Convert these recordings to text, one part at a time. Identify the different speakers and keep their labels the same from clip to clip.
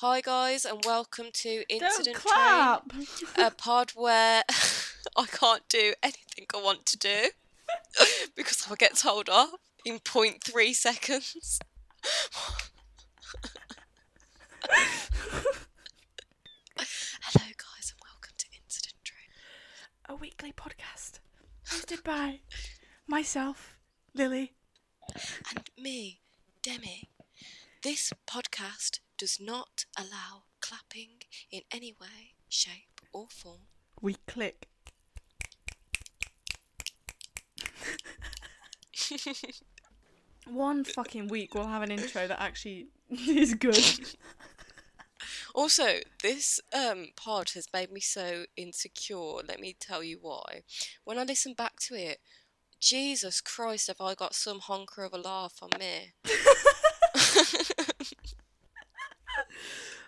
Speaker 1: Hi guys, and welcome to Incident
Speaker 2: Don't clap.
Speaker 1: Train, a pod where I can't do anything I want to do because I'll get told off in 0.3 seconds. Hello guys, and welcome to Incident Train.
Speaker 2: A weekly podcast hosted by myself, Lily.
Speaker 1: And me, Demi. This podcast does not allow clapping in any way, shape, or form.
Speaker 2: We click. One fucking week we'll have an intro that actually is good.
Speaker 1: Also, this um, pod has made me so insecure. Let me tell you why. When I listen back to it, Jesus Christ, have I got some honker of a laugh on me?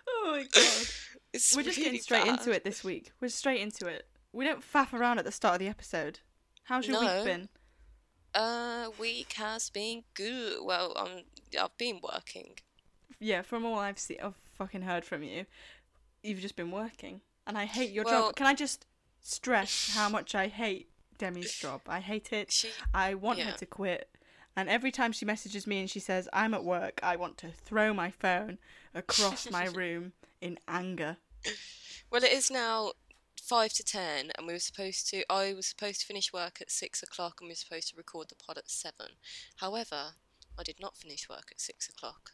Speaker 2: Oh my god.
Speaker 1: It's
Speaker 2: We're just
Speaker 1: really
Speaker 2: getting straight
Speaker 1: bad.
Speaker 2: into it this week. We're straight into it. We don't faff around at the start of the episode. How's your
Speaker 1: No.
Speaker 2: week been?
Speaker 1: Uh, week has been good. Well, I'm, I've been working.
Speaker 2: Yeah, from all I've seen, I've fucking heard from you, you've just been working, and I hate your
Speaker 1: Well-
Speaker 2: job. Can I just stress how much I hate Demi's job? I hate it.
Speaker 1: She-
Speaker 2: I want
Speaker 1: yeah.
Speaker 2: her to quit. And every time she messages me and she says I'm at work, I want to throw my phone across my room in anger.
Speaker 1: Well, it is now five to ten, and we were supposed to. I was supposed to finish work at six o'clock, and we were supposed to record the pod at seven. However, I did not finish work at six o'clock.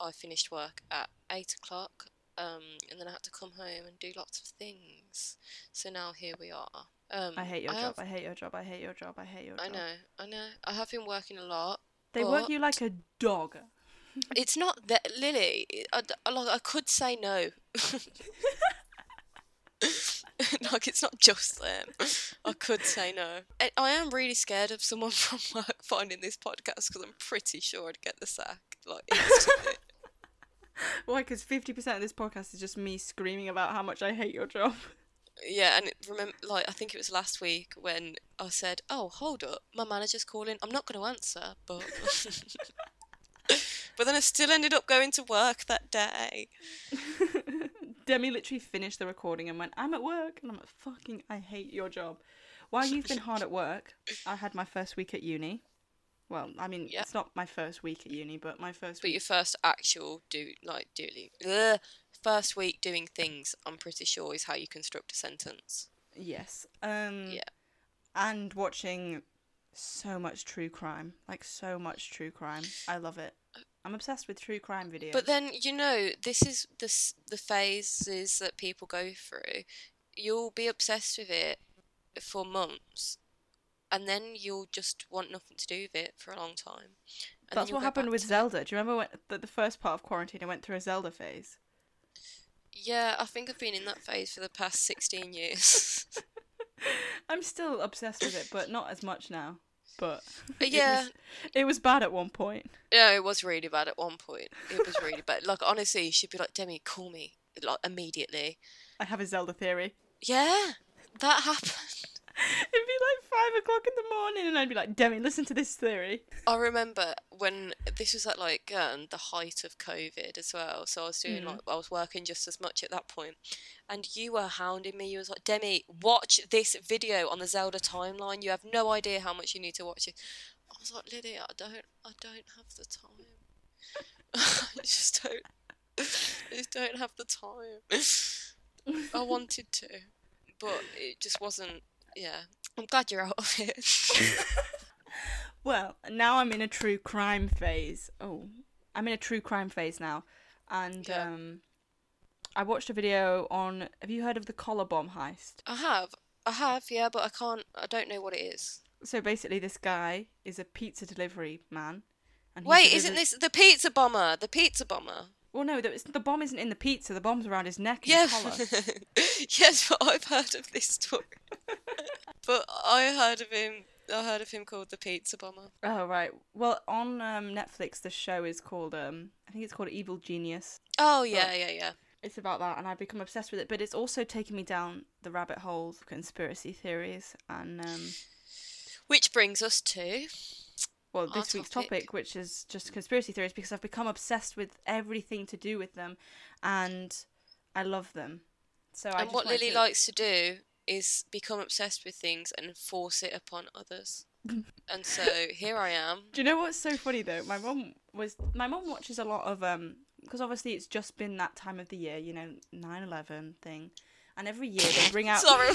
Speaker 1: I finished work at eight o'clock, um, and then I had to come home and do lots of things. So now here we are. Um,
Speaker 2: I hate your
Speaker 1: I
Speaker 2: job.
Speaker 1: have-
Speaker 2: I hate your job. I hate your job. I hate your job.
Speaker 1: I know, I know. I have been working a lot.
Speaker 2: They
Speaker 1: but
Speaker 2: work you like a dog.
Speaker 1: It's not that Lily. I, I- like I could say no. like it's not just them. I could say no. I, I am really scared of someone from work finding this podcast because I'm pretty sure I'd get the sack. Like instantly.
Speaker 2: Why? Because fifty percent of this podcast is just me screaming about how much I hate your job.
Speaker 1: yeah, and remember, like I think it was last week when I said, "Oh, hold up, my manager's calling. I'm not going to answer," but. But then I still ended up going to work that day.
Speaker 2: Demi literally finished the recording and went, I'm at work. And I'm like, fucking, I hate your job. While you've been hard at work, I had my first week at uni. Well, I mean,
Speaker 1: Yeah.
Speaker 2: it's not my first week at uni, but my first
Speaker 1: But
Speaker 2: week.
Speaker 1: your first actual do like doing ugh, first week doing things, I'm pretty sure is how you construct a sentence.
Speaker 2: Yes. Um,
Speaker 1: Yeah.
Speaker 2: And watching so much true crime. Like, so much true crime. I love it. I'm obsessed with true crime videos.
Speaker 1: But then you know this is the s- the phases that people go through. You'll be obsessed with it for months, and then you'll just want nothing to do with it for a long time. And then
Speaker 2: That's
Speaker 1: you'll
Speaker 2: what
Speaker 1: go
Speaker 2: happened
Speaker 1: back
Speaker 2: with
Speaker 1: to-
Speaker 2: Zelda. Do you remember when, the, the first part of quarantine, I went through a Zelda phase?
Speaker 1: Yeah, I think I've been in that phase for the past sixteen years.
Speaker 2: I'm still obsessed with it, but not as much now. But it
Speaker 1: yeah,
Speaker 2: was- it was bad at one point.
Speaker 1: Yeah, it was really bad at one point. It was really bad. Like honestly, she'd be like, "Demi, call me like immediately."
Speaker 2: I have a Zelda theory.
Speaker 1: Yeah, that happened.
Speaker 2: It'd be like five o'clock in the morning, and I'd be like, Demi, listen to this theory.
Speaker 1: I remember when this was at like um, the height of COVID as well. So I was doing like I was working just as much at that point, and you were hounding me. You was like, "Demi, watch this video on the Zelda timeline. You have no idea how much you need to watch it." I was like, "Lily, I don't, I don't have the time. I just don't, I just don't have the time. I wanted to, but it just wasn't. Yeah, I'm glad you're out of it."
Speaker 2: Well, now I'm in a true crime phase. Oh, I'm in a true crime phase now, and
Speaker 1: Yeah.
Speaker 2: um, I watched a video on. Have you heard of the collar bomb heist?
Speaker 1: I have. I have, yeah, but I can't. I don't know what it is.
Speaker 2: So basically, this guy is a pizza delivery man. And he
Speaker 1: Wait, isn't
Speaker 2: delivers-
Speaker 1: this the pizza bomber? The pizza bomber.
Speaker 2: Well, no, the, the bomb isn't in the pizza. The bomb's around his neck.
Speaker 1: Yeah.
Speaker 2: And his collar.
Speaker 1: yes, but I've heard of this story. but I heard of him. I heard of him called the pizza bomber.
Speaker 2: Oh right. Well, on um, Netflix, the show is called. Um, I think it's called Evil Genius.
Speaker 1: Oh yeah, yeah, yeah.
Speaker 2: it's about that and i've become obsessed with it but it's also taken me down the rabbit holes of conspiracy theories and um
Speaker 1: Which brings us to
Speaker 2: well,
Speaker 1: Our
Speaker 2: this week's
Speaker 1: topic.
Speaker 2: topic, which is just conspiracy theories, because I've become obsessed with everything to do with them, and I love them. So
Speaker 1: and
Speaker 2: I just
Speaker 1: what
Speaker 2: wanted
Speaker 1: Lily
Speaker 2: to-
Speaker 1: likes to do is become obsessed with things and force it upon others. and so here I am.
Speaker 2: Do you know what's so funny though? My mom was my mom watches a lot of um because obviously it's just been that time of the year, you know, 9/11 thing, and every year they bring out.
Speaker 1: Sorry.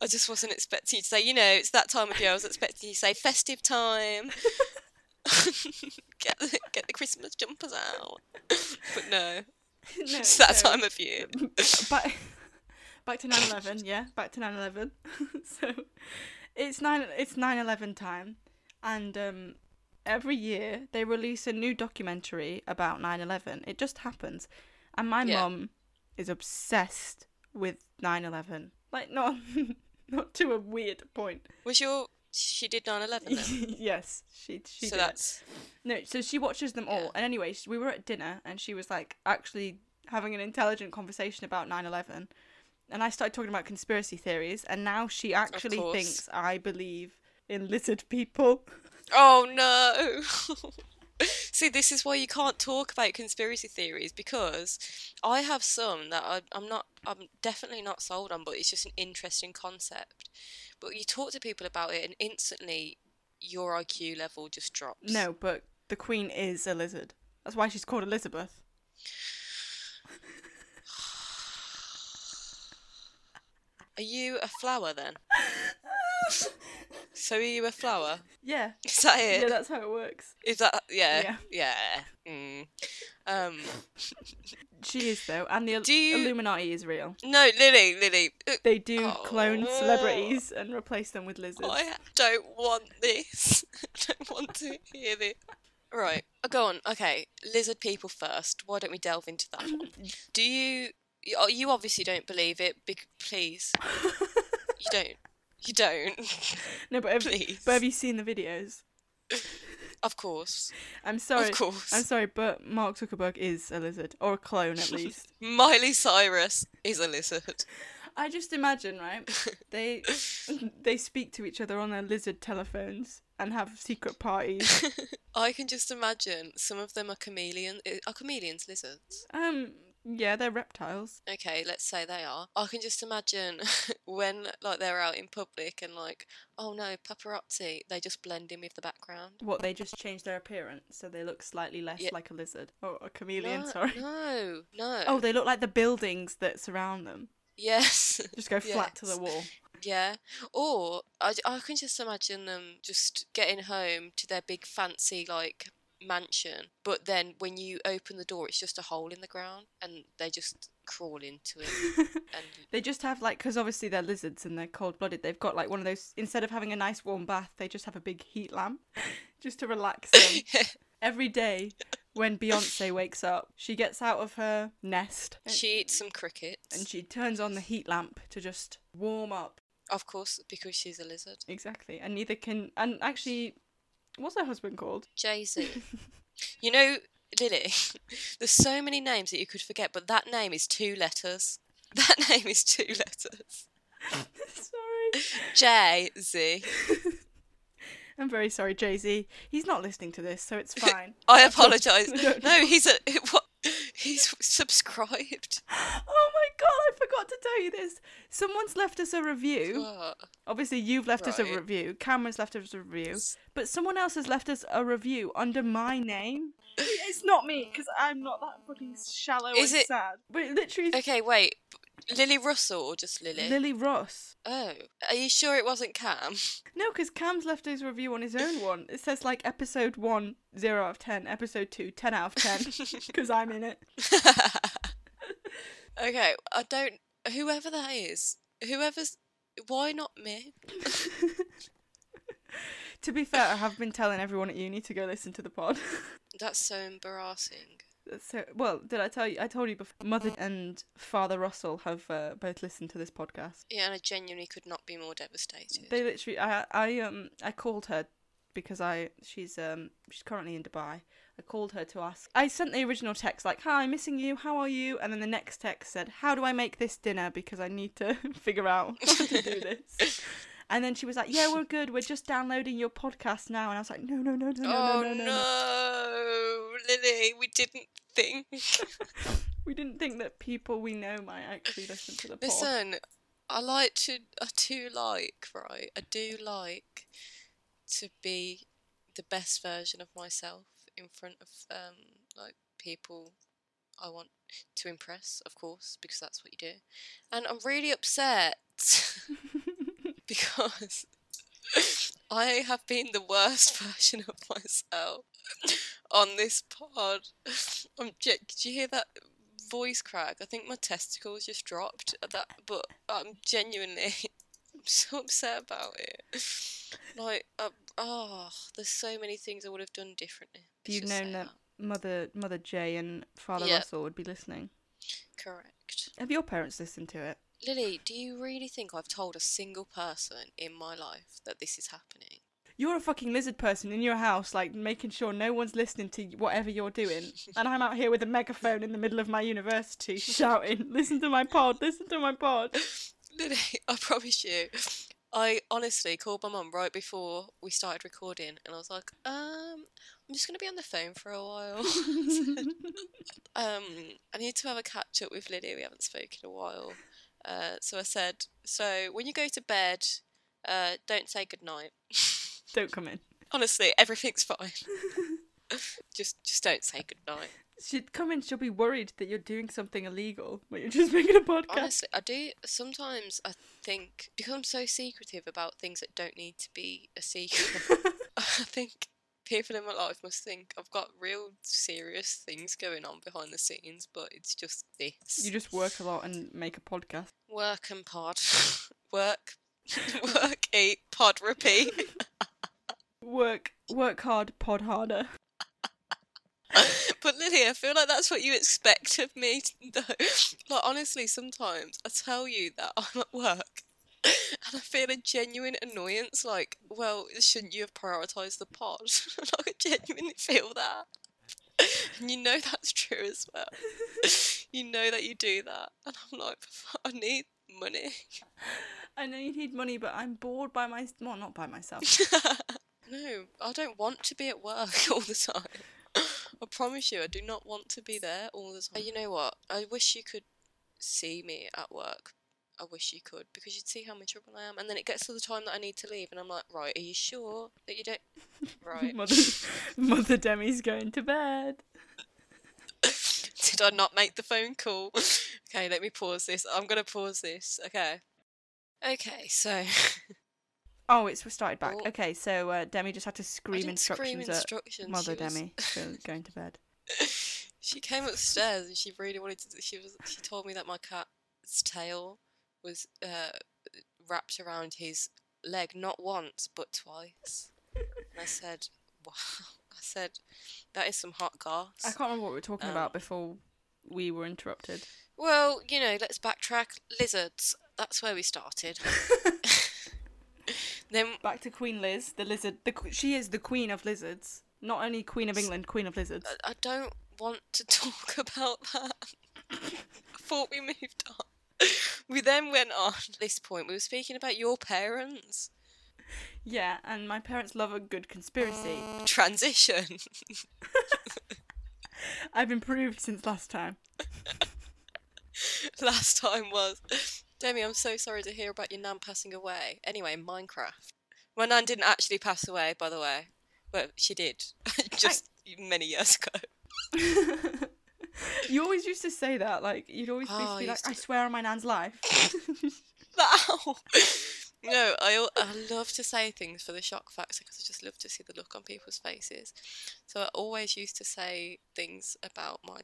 Speaker 1: I just wasn't expecting you to say, you know, it's that time of year. I was expecting you to say festive time. get, the, get the Christmas jumpers out. but no,
Speaker 2: No,
Speaker 1: it's that
Speaker 2: so-
Speaker 1: time of year.
Speaker 2: but back to 9/11, yeah, back to 9/11. so it's nine it's 9/11 time, and um, every year they release a new documentary about 9/11. It just happens, and my
Speaker 1: Yeah.
Speaker 2: mum is obsessed with 9/11. Like not not to a weird point.
Speaker 1: Was your. She did 9 11 then?
Speaker 2: yes, she she
Speaker 1: so
Speaker 2: did it.
Speaker 1: that's.
Speaker 2: No, so she watches them all. And anyway, sh- we were at dinner and she was like actually having an intelligent conversation about 9 11. And I started talking about conspiracy theories. And now she actually
Speaker 1: course.
Speaker 2: thinks I believe in lizard people.
Speaker 1: Oh no! See, this is why you can't talk about conspiracy theories because I have some that I, I'm not, I'm definitely not sold on, but it's just an interesting concept. But you talk to people about it, and instantly your IQ level just drops.
Speaker 2: No, but the queen is a lizard. That's why she's called Elizabeth.
Speaker 1: Are you a flower then? so are you a flower?
Speaker 2: Yeah.
Speaker 1: Is that it?
Speaker 2: Yeah, that's how it works.
Speaker 1: Is that yeah? Yeah. Mm. Um.
Speaker 2: She is, though. And the Ill-
Speaker 1: Do you-
Speaker 2: Illuminati is real.
Speaker 1: No, Lily, Lily. uh,
Speaker 2: They do clone
Speaker 1: Oh.
Speaker 2: celebrities and replace them with lizards.
Speaker 1: I don't want this. I don't want to hear this. Right, uh, go on. Okay, lizard people first. Why don't we delve into that one? Do you? you- oh, You obviously don't believe it. bec- Please, you don't. You don't.
Speaker 2: no, but have,
Speaker 1: Please.
Speaker 2: but have you seen the videos?
Speaker 1: Of course,
Speaker 2: I'm sorry.
Speaker 1: of course.
Speaker 2: I'm sorry, but Mark Zuckerberg is a lizard, or a clone at least.
Speaker 1: Miley Cyrus is a lizard.
Speaker 2: I just imagine, right? They they speak to each other on their lizard telephones and have secret parties.
Speaker 1: I can just imagine some of them are chameleon. uh, Are chameleons lizards?
Speaker 2: Um, yeah, they're reptiles.
Speaker 1: okay, let's say they are. I can just imagine when like they're out in public and like, oh no, paparazzi, they just blend in with the background.
Speaker 2: What they just change their appearance so they look slightly less
Speaker 1: Yeah.
Speaker 2: like a lizard or a chameleon.
Speaker 1: no,
Speaker 2: sorry.
Speaker 1: No, no.
Speaker 2: Oh, they look like the buildings that surround them.
Speaker 1: yes.
Speaker 2: Just go flat to
Speaker 1: Yes.
Speaker 2: the wall.
Speaker 1: yeah. Or I, I can just imagine them just getting home to their big fancy like mansion, but then when you open the door, it's just a hole in the ground and they just crawl into it and
Speaker 2: They just have like, because obviously they're lizards and they're cold blooded. They've got like one of those. Instead of having a nice warm bath, they just have a big heat lamp, just to relax them. Every day, when Beyonce wakes up, she gets out of her nest and-
Speaker 1: she eats some crickets.
Speaker 2: and she turns on the heat lamp to just warm up.
Speaker 1: of course, because she's a lizard.
Speaker 2: Exactly. And neither can. And actually, what's her husband called?
Speaker 1: Jay Z. you know, Lily, there's so many names that you could forget, but that name is two letters. That name is two letters.
Speaker 2: sorry,
Speaker 1: J Z.
Speaker 2: I'm very sorry, Jay Z. He's not listening to this, so it's fine.
Speaker 1: I apologise.
Speaker 2: I don't
Speaker 1: No, he's a what? He's subscribed.
Speaker 2: oh my god, I forgot to tell you this. Someone's left us a review.
Speaker 1: What?
Speaker 2: Obviously, you've left us a
Speaker 1: Right.
Speaker 2: review. Cameron's left us a review, but someone else has left us a review under my name. It's not me because I'm not that fucking shallow
Speaker 1: Is
Speaker 2: and
Speaker 1: it-
Speaker 2: sad. But it literally, is
Speaker 1: Okay, wait. Lily Russell or just Lily?
Speaker 2: Lily Ross.
Speaker 1: oh, are you sure it wasn't Cam?
Speaker 2: No, because Cam's left his review on his own one. It says like episode one, zero out of ten. Episode two, ten out of ten. Because I'm in it.
Speaker 1: Okay, I don't. Whoever that is, whoever's. Why not me?
Speaker 2: To be fair, I have been telling everyone at uni to go listen to the pod.
Speaker 1: That's so embarrassing.
Speaker 2: So, well, did I tell you? I told you before. Mother and Father Russell have uh, both listened to this podcast.
Speaker 1: Yeah, and I genuinely could not be more devastated.
Speaker 2: They literally, I, I, um, I called her because I, she's, um, she's currently in Dubai. I called her to ask. I sent the original text like, "Hi, missing you. How are you?" And then the next text said, "How do I make this dinner? Because I need to figure out how to do this." And then she was like, "Yeah, we're good. We're just downloading your podcast now." And I was like, "No, no, no, no, no,
Speaker 1: oh
Speaker 2: no, no, no, no."
Speaker 1: no, Lily, we didn't think.
Speaker 2: We didn't think that people we know might actually listen to the pod.
Speaker 1: Listen, I like to. I do like, right? I do like to be the best version of myself in front of um, like people I want to impress, of course, because that's what you do. And I'm really upset because I have been the worst version of myself on this pod. I'm, j- did you hear that voice crack? I think my testicles just dropped. at That, but I'm genuinely I'm so upset about it. Like, uh, oh, there's so many things I would have done differently.
Speaker 2: if you'd
Speaker 1: Let's just
Speaker 2: known
Speaker 1: say
Speaker 2: that Mother Mother Jay and Father
Speaker 1: Yeah.
Speaker 2: Russell would be listening,
Speaker 1: that. Correct.
Speaker 2: have your parents listened to it?
Speaker 1: Lily, do you really think I've told a single person in my life that this is happening?
Speaker 2: You're a fucking lizard person in your house, like making sure no one's listening to whatever you're doing, and I'm out here with a megaphone in the middle of my university shouting, "Listen to my pod! Listen to my pod!"
Speaker 1: Lily, I promise you. I honestly called my mum right before we started recording and I was like, um, I'm just going to be on the phone for a while. um, I need to have a catch up with Lily. We haven't spoken in a while. Uh, so I said, so when you go to bed, uh, don't say goodnight.
Speaker 2: Don't come in.
Speaker 1: Honestly, everything's fine. just just don't say goodnight.
Speaker 2: She'd come in. She'll be worried that you're doing something illegal, but you're just making a podcast.
Speaker 1: Honestly, I do. Sometimes I think because I'm so secretive about things that don't need to be a secret, I think people in my life must think I've got real serious things going on behind the scenes, but it's just this
Speaker 2: You just work a lot and make a podcast.
Speaker 1: work and pod, work, work, eat, pod, repeat.
Speaker 2: Work, work hard, pod harder.
Speaker 1: but Lily, I feel like that's what you expect of me. Though, like honestly, sometimes I tell you that I'm at work, and I feel a genuine annoyance. Like, well, shouldn't you have prioritised the pod? And I genuinely feel that, and you know that's true as well. you know that you do that, and I'm like, I need money.
Speaker 2: I know you need money, but I'm bored by my well, not by myself.
Speaker 1: No, I don't want to be at work all the time. I promise you, I do not want to be there all the time. You know what? I wish you could see me at work. I wish you could because you'd see how miserable I am. And then it gets to the time that I need to leave, and I'm like, right, are you sure that you don't? Right.
Speaker 2: Mother, Mother Demi's going to bed.
Speaker 1: Did I not make the phone call? okay, let me pause this. I'm going to pause this. Okay. Okay, so.
Speaker 2: Oh, it's started back.
Speaker 1: Oh.
Speaker 2: Okay, so uh, Demi just had
Speaker 1: I
Speaker 2: to scream
Speaker 1: didn't
Speaker 2: instructions
Speaker 1: scream instructions.
Speaker 2: at Mother
Speaker 1: she was-
Speaker 2: Demi for going to bed.
Speaker 1: she came upstairs and she really wanted to. She was. She told me that my cat's tail was uh, wrapped around his leg, not once but twice. And I said, "Wow!" I said, "That is some hot
Speaker 2: I
Speaker 1: gas."
Speaker 2: can't remember what we were talking
Speaker 1: Um,
Speaker 2: about before we were interrupted.
Speaker 1: Well, you know, let's backtrack. Lizards. That's where we started. then
Speaker 2: Back to Queen Liz, the lizard. The qu- she is the queen of lizards. Not only queen of England, queen of lizards.
Speaker 1: I don't want to talk about that. I thought we moved on. We then went on. At this point, we were speaking about your parents.
Speaker 2: Yeah, and my parents love a good conspiracy.
Speaker 1: Transition.
Speaker 2: I've improved since last time.
Speaker 1: Last time was. Demi, I'm so sorry to hear about your nan passing away. Anyway, Minecraft. My nan didn't actually pass away, by the way. Well, she did. Just many years ago.
Speaker 2: You always used to say that, like you'd always
Speaker 1: Oh, I
Speaker 2: be like,
Speaker 1: used to-
Speaker 2: "I swear on my nan's life."
Speaker 1: Ow. No, I, I love to say things for the shock factor because I just love to see the look on people's faces. So I always used to say things about my.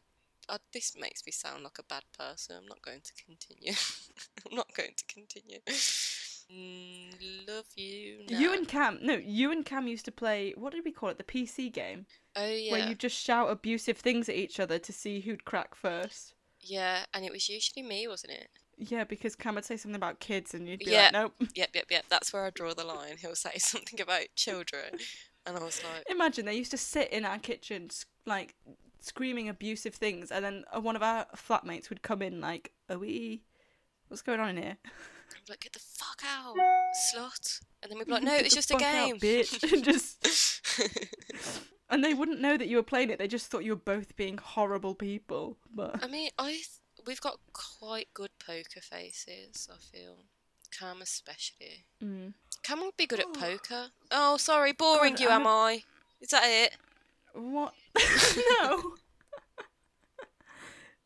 Speaker 1: Uh, this makes me sound like a bad person. I'm not going to continue. I'm not going to continue. Mm, love you.
Speaker 2: You
Speaker 1: Nan.
Speaker 2: and Cam, no, you and Cam used to play. What did we call it? The PC game
Speaker 1: oh yeah,
Speaker 2: where you just shout abusive things at each other to see who'd crack first.
Speaker 1: yeah, and it was usually me, wasn't it?
Speaker 2: Yeah, because Cam would say something about kids, and you'd be
Speaker 1: Yeah.
Speaker 2: like, "Nope."
Speaker 1: Yep, yep, yep. That's where I draw the line. He'll say something about children, and I was like,
Speaker 2: Imagine they used to sit in our kitchen, s- like screaming abusive things, and then uh, one of our flatmates would come in, like, "Are we? What's going on in here?"
Speaker 1: I'd be like, get the fuck out, slut. And then we'd be like, no,
Speaker 2: Get
Speaker 1: it's
Speaker 2: the
Speaker 1: just a
Speaker 2: fuck out,
Speaker 1: game.
Speaker 2: bitch. And just and they wouldn't know that you were playing it. They just thought you were both being horrible people. But
Speaker 1: I mean, I th- we've got quite good poker faces. I feel Cam especially.
Speaker 2: Mm.
Speaker 1: Cam would be good at poker. Oh, sorry, boring
Speaker 2: God,
Speaker 1: you,
Speaker 2: I'm
Speaker 1: am I? Is that it?
Speaker 2: what? no.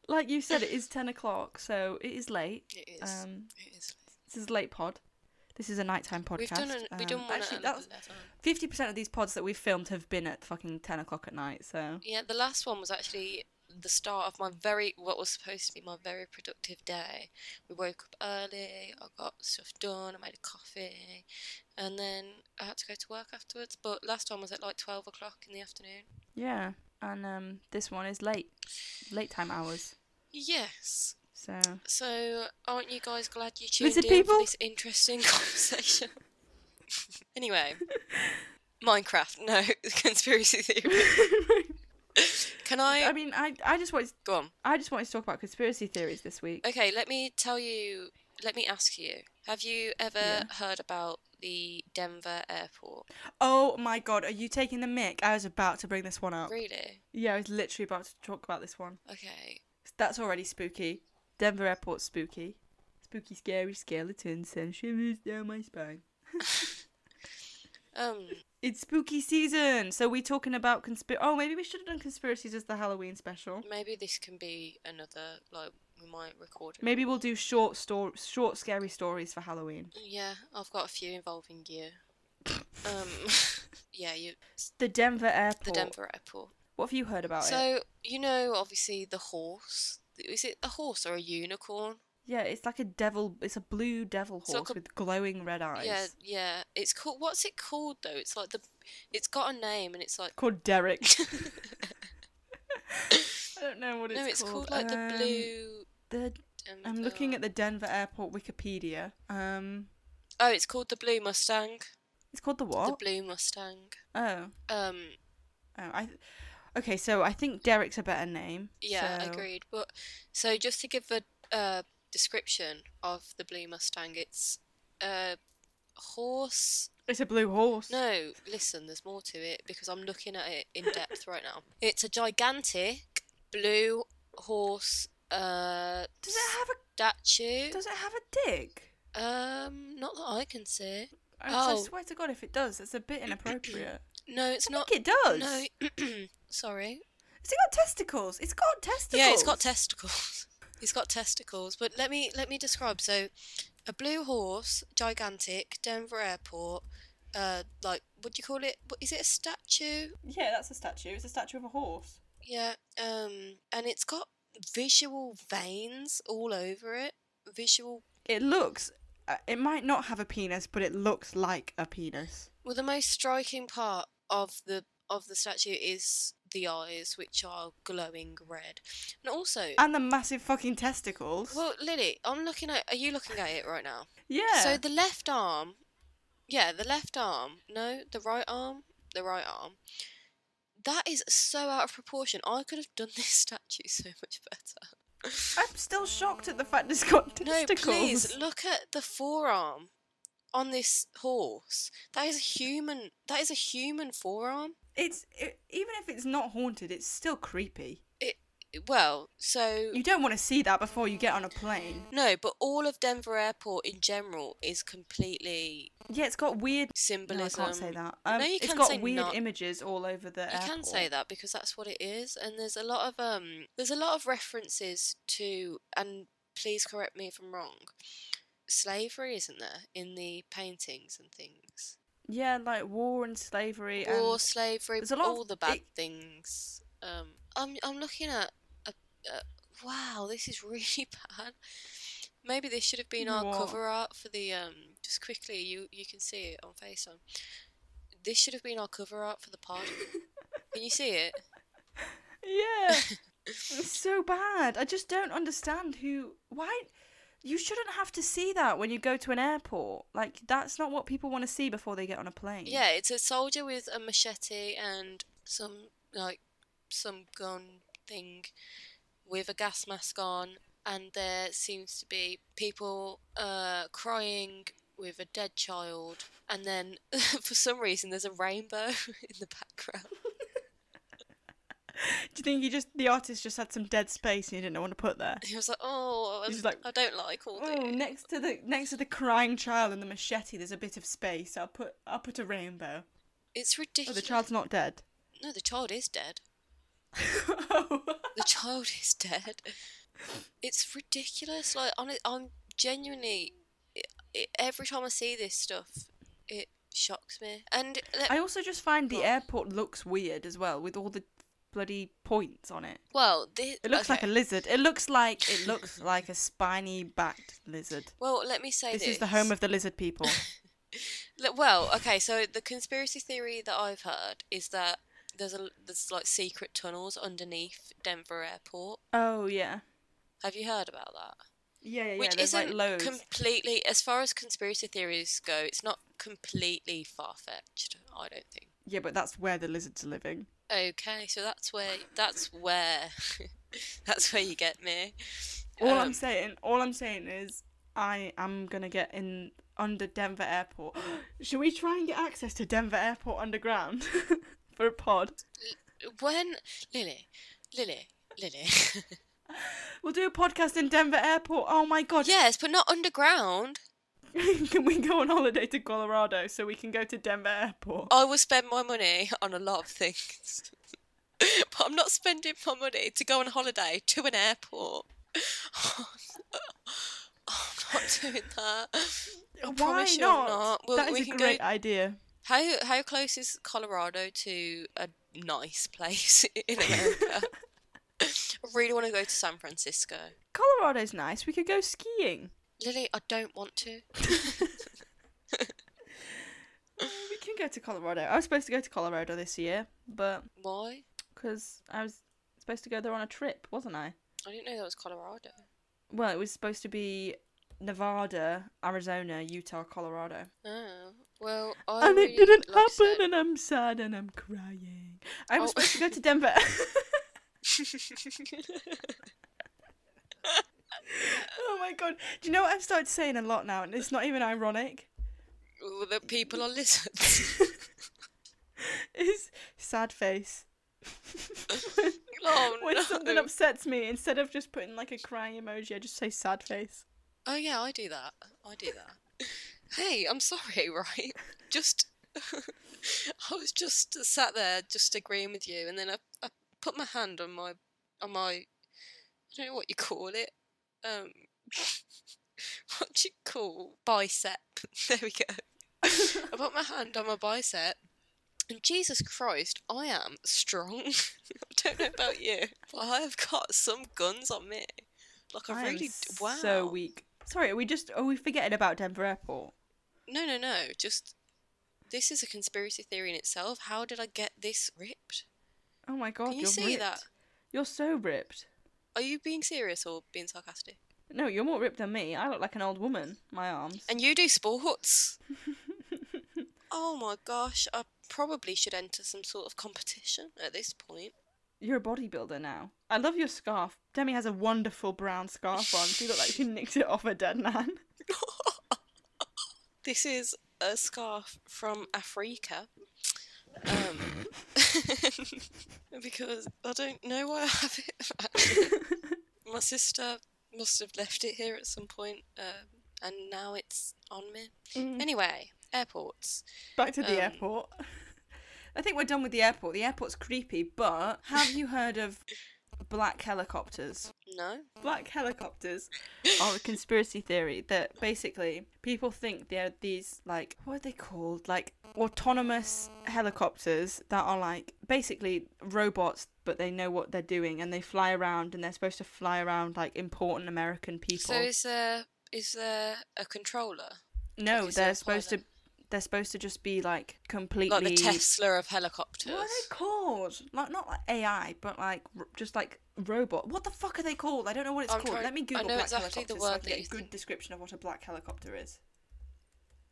Speaker 2: like you said, it is ten o'clock, so it is late.
Speaker 1: It is.
Speaker 2: Um,
Speaker 1: it is.
Speaker 2: this is late pod. This is a nighttime podcast.
Speaker 1: We've done. An, we've
Speaker 2: Um,
Speaker 1: done one
Speaker 2: actually,
Speaker 1: at
Speaker 2: that's
Speaker 1: 11.
Speaker 2: fifty percent of these pods that we've filmed have been at fucking ten o'clock at night. So
Speaker 1: Yeah, the last one was actually the start of my very what was supposed to be my very productive day. We woke up early, I got stuff done, I made a coffee, and then I had to go to work afterwards. But last time was at like twelve o'clock in the afternoon.
Speaker 2: yeah, and um, this one is late, late time hours.
Speaker 1: Yes.
Speaker 2: So
Speaker 1: So aren't you guys glad you tuned
Speaker 2: Lizard
Speaker 1: in
Speaker 2: people?
Speaker 1: for this interesting conversation? anyway. Minecraft, no, conspiracy theory. Can I,
Speaker 2: I mean, I I just wanted
Speaker 1: go on?
Speaker 2: I just wanted to talk about conspiracy theories this week.
Speaker 1: Okay, let me tell you. Let me ask you. Have you ever heard about the Denver airport?
Speaker 2: Oh my god, are you taking the mic? I was about to bring this one up.
Speaker 1: Really?
Speaker 2: Yeah, I was literally about to talk about this one.
Speaker 1: Okay.
Speaker 2: That's already spooky. Denver Airport spooky. Spooky, scary skeletons send shivers down my spine.
Speaker 1: Um.
Speaker 2: It's spooky season, so we talking about conspiracy. Oh, maybe we should have done conspiracies as the Halloween special.
Speaker 1: Maybe this can be another. Like we might record. It.
Speaker 2: Maybe we'll do short stor- short scary stories for Halloween.
Speaker 1: Yeah, I've got a few involving you. Um. yeah, you.
Speaker 2: The Denver Airport.
Speaker 1: The Denver airport.
Speaker 2: What have you heard about it?
Speaker 1: So you know, obviously, the horse. Is it a horse or a unicorn?
Speaker 2: Yeah, it's like a devil. It's a blue devil horse
Speaker 1: like a-
Speaker 2: with glowing red eyes.
Speaker 1: Yeah, yeah. It's called. What's it called though? It's like the. It's got a name, and it's like.
Speaker 2: called Derek. I don't know what it's
Speaker 1: No, it's called,
Speaker 2: called.
Speaker 1: like the
Speaker 2: Um,
Speaker 1: blue.
Speaker 2: The
Speaker 1: Denver.
Speaker 2: I'm looking at the Denver Airport Wikipedia. Um,
Speaker 1: Oh, it's called the Blue Mustang.
Speaker 2: it's called the what?
Speaker 1: The Blue Mustang.
Speaker 2: oh,
Speaker 1: Um,
Speaker 2: oh, I. Okay, so I think Derek's a better name.
Speaker 1: yeah,
Speaker 2: so-
Speaker 1: agreed. But so just to give a uh, description of the Blue Mustang, it's a horse.
Speaker 2: It's a blue horse.
Speaker 1: No, listen, there's more to it because I'm looking at it in depth right now. It's a gigantic blue horse uh
Speaker 2: Does it have a
Speaker 1: statue.
Speaker 2: Does it have a dick?
Speaker 1: Um, not that I can see.
Speaker 2: I, oh. I
Speaker 1: Oh.
Speaker 2: swear to God, if it does, it's a bit inappropriate.
Speaker 1: No, it's
Speaker 2: I
Speaker 1: not.
Speaker 2: think it does.
Speaker 1: No, sorry.
Speaker 2: Has it got testicles? It's got testicles.
Speaker 1: Yeah, it's got testicles. It's got testicles. But let me let me describe. So, a blue horse, gigantic, Denver airport. Uh, like what do you call it? What, is it a statue?
Speaker 2: Yeah, that's a statue. It's a statue of a horse.
Speaker 1: Yeah. Um, and it's got visual veins all over it. Visual.
Speaker 2: It looks. uh, It might not have a penis, but it looks like a penis.
Speaker 1: Well, the most striking part of the of the statue is the eyes, which are glowing red, and also.
Speaker 2: And the massive fucking testicles.
Speaker 1: well, Lily, I'm looking at. Are you looking at it right now?
Speaker 2: yeah.
Speaker 1: So the left arm, yeah, the left arm. No, the right arm, the right arm. That is so out of proportion. I could have done this statue so much better.
Speaker 2: I'm still shocked at the fact it's got
Speaker 1: No,
Speaker 2: testicles.
Speaker 1: please look at the forearm on this horse. That is a human. That is a human forearm.
Speaker 2: It's it, even if it's not haunted, it's still creepy.
Speaker 1: It well, so
Speaker 2: You don't want to see that before you get on a plane.
Speaker 1: no, but all of Denver Airport in general is completely
Speaker 2: Yeah, it's got weird. No, I
Speaker 1: symbolism.
Speaker 2: can't say that. Um,
Speaker 1: no, you
Speaker 2: it's
Speaker 1: can
Speaker 2: got
Speaker 1: say
Speaker 2: weird
Speaker 1: not.
Speaker 2: images all over the.
Speaker 1: You can say
Speaker 2: airport.
Speaker 1: that because that's what it is, and there's a lot of um, there's a lot of references to, and please correct me if I'm wrong. Slavery isn't there in the paintings and things,
Speaker 2: Yeah, like war and slavery.
Speaker 1: or
Speaker 2: and...
Speaker 1: slavery,
Speaker 2: um, there's a lot
Speaker 1: all
Speaker 2: of-
Speaker 1: the bad
Speaker 2: it-
Speaker 1: things. Um, I'm I'm looking at a, a wow, this is really bad. Maybe this should have been our
Speaker 2: What?
Speaker 1: cover art for the um. Just quickly, you you can see it on FaceTime. This should have been our cover art for the pod. can you see it?
Speaker 2: Yeah. it's so bad. I just don't understand who why you shouldn't have to see that when you go to an airport. Like that's not what people want to see before they get on a plane.
Speaker 1: Yeah, it's a soldier with a machete and some like some gun thing with a gas mask on and there seems to be people uh, crying with a dead child, and then for some reason there's a rainbow in the background.
Speaker 2: Do you think he just the artist just had some dead space and he didn't know what to put there?
Speaker 1: He was like, "Oh, I,
Speaker 2: He's like,
Speaker 1: I don't like all
Speaker 2: Oh,
Speaker 1: this."
Speaker 2: next to the next to the crying child and the machete, there's a bit of space. I'll put I'll put a rainbow.
Speaker 1: It's
Speaker 2: Oh, the
Speaker 1: ridiculous.
Speaker 2: child's not dead.
Speaker 1: no, the child is dead.
Speaker 2: oh.
Speaker 1: The child is dead. It's ridiculous. Like, on I'm genuinely it, it, every time I see this stuff, it shocks me. And let-
Speaker 2: I also just find the airport looks weird as well with all the bloody points on it.
Speaker 1: well, this,
Speaker 2: It looks like a lizard. It looks like it looks like a spiny backed lizard.
Speaker 1: well. Let me say
Speaker 2: This
Speaker 1: this.
Speaker 2: is the home of the lizard people.
Speaker 1: Le- Well, okay, so the conspiracy theory that I've heard is that there's a there's like secret tunnels underneath Denver Airport.
Speaker 2: oh yeah.
Speaker 1: Have you heard about that?
Speaker 2: Yeah, yeah, yeah.
Speaker 1: Which
Speaker 2: there's
Speaker 1: isn't
Speaker 2: like loads.
Speaker 1: completely, as far as conspiracy theories go, it's not completely far fetched. I don't think.
Speaker 2: yeah, but that's where the lizards are living.
Speaker 1: Okay, so that's where that's where that's where you get me.
Speaker 2: All
Speaker 1: Um,
Speaker 2: I'm saying, all I'm saying is, I am gonna get in under Denver Airport. Should we try and get access to Denver Airport underground for a pod?
Speaker 1: when Lily, Lily, Lily.
Speaker 2: We'll do a podcast in Denver Airport. Oh my god!
Speaker 1: yes, but not underground.
Speaker 2: can we go on holiday to Colorado so we can go to Denver Airport?
Speaker 1: I will spend my money on a lot of things. but I'm not spending my money to go on holiday to an airport. I'm not doing that. I
Speaker 2: Why
Speaker 1: promise you
Speaker 2: not?
Speaker 1: I'm not. Well,
Speaker 2: that is
Speaker 1: we
Speaker 2: a
Speaker 1: can
Speaker 2: great
Speaker 1: go.
Speaker 2: idea.
Speaker 1: How how close is Colorado to a nice place in America? I really want to go to San Francisco.
Speaker 2: Colorado's nice. We could go skiing.
Speaker 1: Lily, I don't want to.
Speaker 2: We can go to Colorado. I was supposed to go to Colorado this year, but
Speaker 1: Why?
Speaker 2: because I was supposed to go there on a trip, wasn't I?
Speaker 1: I didn't know that was Colorado.
Speaker 2: Well, it was supposed to be Nevada, Arizona, Utah, Colorado.
Speaker 1: Oh well, I
Speaker 2: And
Speaker 1: really,
Speaker 2: it didn't
Speaker 1: like I said-
Speaker 2: happen, and I'm sad and I'm crying. I was
Speaker 1: Oh.
Speaker 2: supposed to go to Denver. oh my god. Do you know what I've started saying a lot now? And it's not even ironic.
Speaker 1: Well, the people are lizards.
Speaker 2: It's sad face.
Speaker 1: oh
Speaker 2: when
Speaker 1: no!
Speaker 2: something upsets me, instead of just putting like a crying emoji, I just say sad face.
Speaker 1: oh yeah, I do that. I do that. hey, I'm sorry, right? Just, I was just sat there, just agreeing with you, and then I, I put my hand on my, on my, I don't know what you call it. Um, what do you call bicep? There we go. I put my hand on my bicep. And Jesus Christ, I am strong. I don't know about you, but I have got some guns on me. Like I,
Speaker 2: I am
Speaker 1: really d- wow.
Speaker 2: so weak. Sorry, are we just are we forgetting about Denver Airport?
Speaker 1: No, no, no. Just this is a conspiracy theory in itself. How did I get this ripped?
Speaker 2: Oh my god,
Speaker 1: Can you
Speaker 2: are
Speaker 1: see
Speaker 2: ripped.
Speaker 1: that?
Speaker 2: You're so ripped.
Speaker 1: Are you being serious or being sarcastic?
Speaker 2: No, you're more ripped than me. I look like an old woman. My arms.
Speaker 1: And you do sports. oh my gosh, I probably should enter some sort of competition at this point.
Speaker 2: You're a bodybuilder now. I love your scarf. Demi has a wonderful brown scarf on. She looked like she nicked it off a dead man.
Speaker 1: This is a scarf from Africa. Um, because I don't know why I have it. actually. My sister must have left it here at some point, um, and now it's on me.
Speaker 2: Mm-hmm.
Speaker 1: Anyway, airports.
Speaker 2: Back to the
Speaker 1: Um,
Speaker 2: airport. I think we're done with the airport. The airport's creepy, but have you heard of black helicopters?
Speaker 1: No?
Speaker 2: black helicopters are a conspiracy theory that basically people think they're these like what are they called like autonomous helicopters that are like basically robots but they know what they're doing and they fly around and they're supposed to fly around like important american
Speaker 1: So
Speaker 2: people
Speaker 1: is there is there a controller?
Speaker 2: no
Speaker 1: is there
Speaker 2: they're
Speaker 1: a
Speaker 2: supposed to
Speaker 1: pilot?
Speaker 2: they're supposed to just be like completely
Speaker 1: Like the Tesla of helicopters.
Speaker 2: what are they called? Like not like AI, but like r- just like robot. What the fuck are they called? I don't know what it's
Speaker 1: I'm
Speaker 2: called.
Speaker 1: trying-
Speaker 2: Let me
Speaker 1: I
Speaker 2: Google
Speaker 1: know
Speaker 2: black
Speaker 1: exactly the
Speaker 2: helicopters
Speaker 1: word
Speaker 2: so I can
Speaker 1: that
Speaker 2: get
Speaker 1: you
Speaker 2: a good
Speaker 1: think.
Speaker 2: description of what a black helicopter is.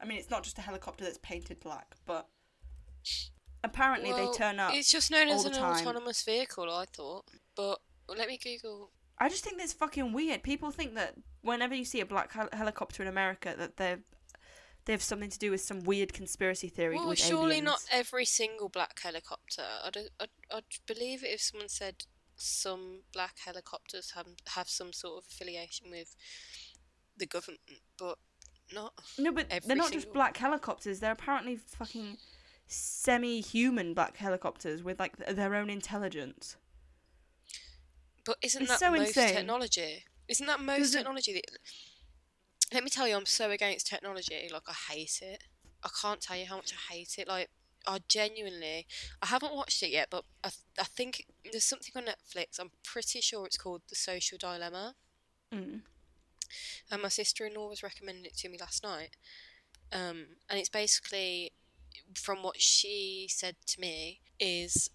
Speaker 2: I mean, it's not just a helicopter that's painted black, but apparently
Speaker 1: Well,
Speaker 2: they turn up.
Speaker 1: It's just known
Speaker 2: all
Speaker 1: as
Speaker 2: the
Speaker 1: an
Speaker 2: time.
Speaker 1: autonomous vehicle, I thought. But well, let me Google
Speaker 2: I just think that's fucking weird. People think that whenever you see a black hel- helicopter in America, that they're they have something to do with some weird conspiracy theory.
Speaker 1: Well,
Speaker 2: with
Speaker 1: surely
Speaker 2: aliens.
Speaker 1: not every single black helicopter. I'd, I'd, I'd believe it if someone said some black helicopters have, have some sort of affiliation with the government, but not.
Speaker 2: No, but
Speaker 1: every
Speaker 2: they're not just
Speaker 1: single-
Speaker 2: black helicopters. They're apparently fucking semi-human black helicopters with like th- their own intelligence.
Speaker 1: But isn't
Speaker 2: It's
Speaker 1: that
Speaker 2: so
Speaker 1: most
Speaker 2: insane.
Speaker 1: technology? Isn't that most
Speaker 2: Doesn't-
Speaker 1: technology? that- Let me tell you, I'm so against technology. Like I hate it. I can't tell you how much I hate it. Like I genuinely, I haven't watched it yet, but I, I think there's something on Netflix. I'm pretty sure it's called The Social Dilemma.
Speaker 2: Mm.
Speaker 1: and my sister-in-law was recommending it to me last night um, and it's basically from what she said to me is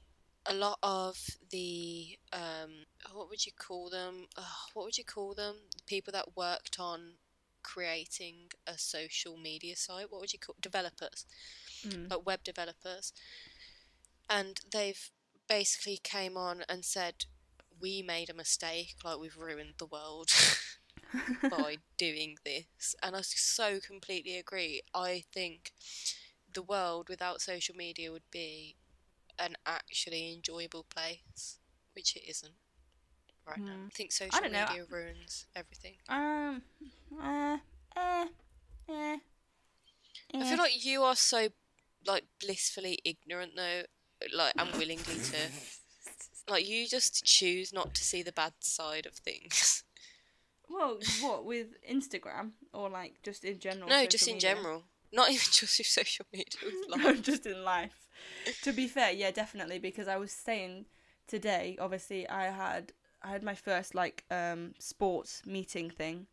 Speaker 1: a lot of the um, what would you call them oh, what would you call them the people that worked on creating a social media site what would you call developers
Speaker 2: Mm.
Speaker 1: like web developers and they've basically came on and said we made a mistake like we've ruined the world by doing this and i so completely agree i think the world without social media would be an actually enjoyable place which it isn't right now i think social
Speaker 2: Mm. don't know.
Speaker 1: media ruins everything
Speaker 2: Um. Uh. Eh. Eh.
Speaker 1: I
Speaker 2: Mm.
Speaker 1: feel like you are so like blissfully ignorant though, like and willingly to like you just choose not to see the bad side of things.
Speaker 2: Well, what with Instagram or like just in general?
Speaker 1: no,
Speaker 2: social
Speaker 1: just in
Speaker 2: media?
Speaker 1: general. Not even just with social media with
Speaker 2: No,
Speaker 1: life.
Speaker 2: just in life. to be fair, yeah, definitely. Because I was saying today, obviously, I had I had my first like um sports meeting thing,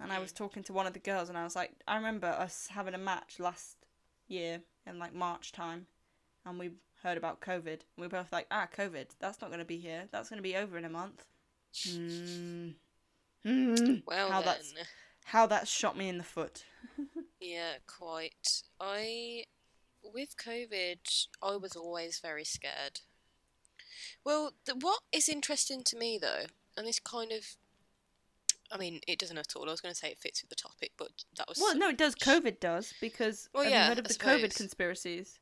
Speaker 2: and I was
Speaker 1: Mm.
Speaker 2: talking to one of the girls, and I was like, I remember us having a match last year in like March time, and we heard about COVID. And we were both like, ah, COVID. That's not going to be here. That's going to be over in a month. Hmm. Hmm.
Speaker 1: Well
Speaker 2: how
Speaker 1: then.
Speaker 2: that's how that shot me in the foot.
Speaker 1: Yeah, quite. I with COVID, I was always very scared. Well, the, what is interesting to me though, and this kind of I mean, it doesn't at all. I was going to say it fits with the topic, but that was
Speaker 2: Well, no, it does. COVID does because
Speaker 1: Well,
Speaker 2: have
Speaker 1: yeah,
Speaker 2: you heard of
Speaker 1: I
Speaker 2: the
Speaker 1: suppose.
Speaker 2: COVID conspiracies?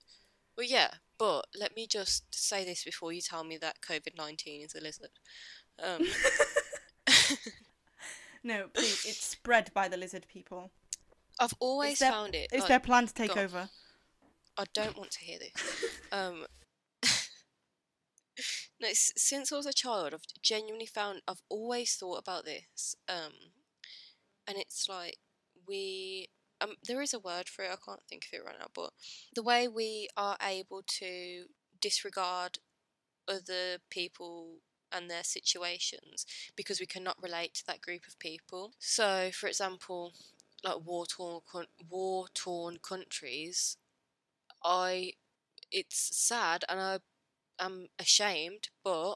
Speaker 1: Well, yeah, but let me just say this before you tell me that COVID 19 is a lizard. Um,
Speaker 2: No, please, it's spread by the lizard people.
Speaker 1: I've always
Speaker 2: It's their-
Speaker 1: found it.
Speaker 2: It's
Speaker 1: like,
Speaker 2: their plan to take
Speaker 1: go on.
Speaker 2: over.
Speaker 1: I don't want to hear this. Um, no, s- since I was a child, I've genuinely found I've always thought about this, um, and it's like we um, there is a word for it. I can't think of it right now, but the way we are able to disregard other people and their situations because we cannot relate to that group of people. So, for example, like war torn war torn countries, I it's sad and I am ashamed, but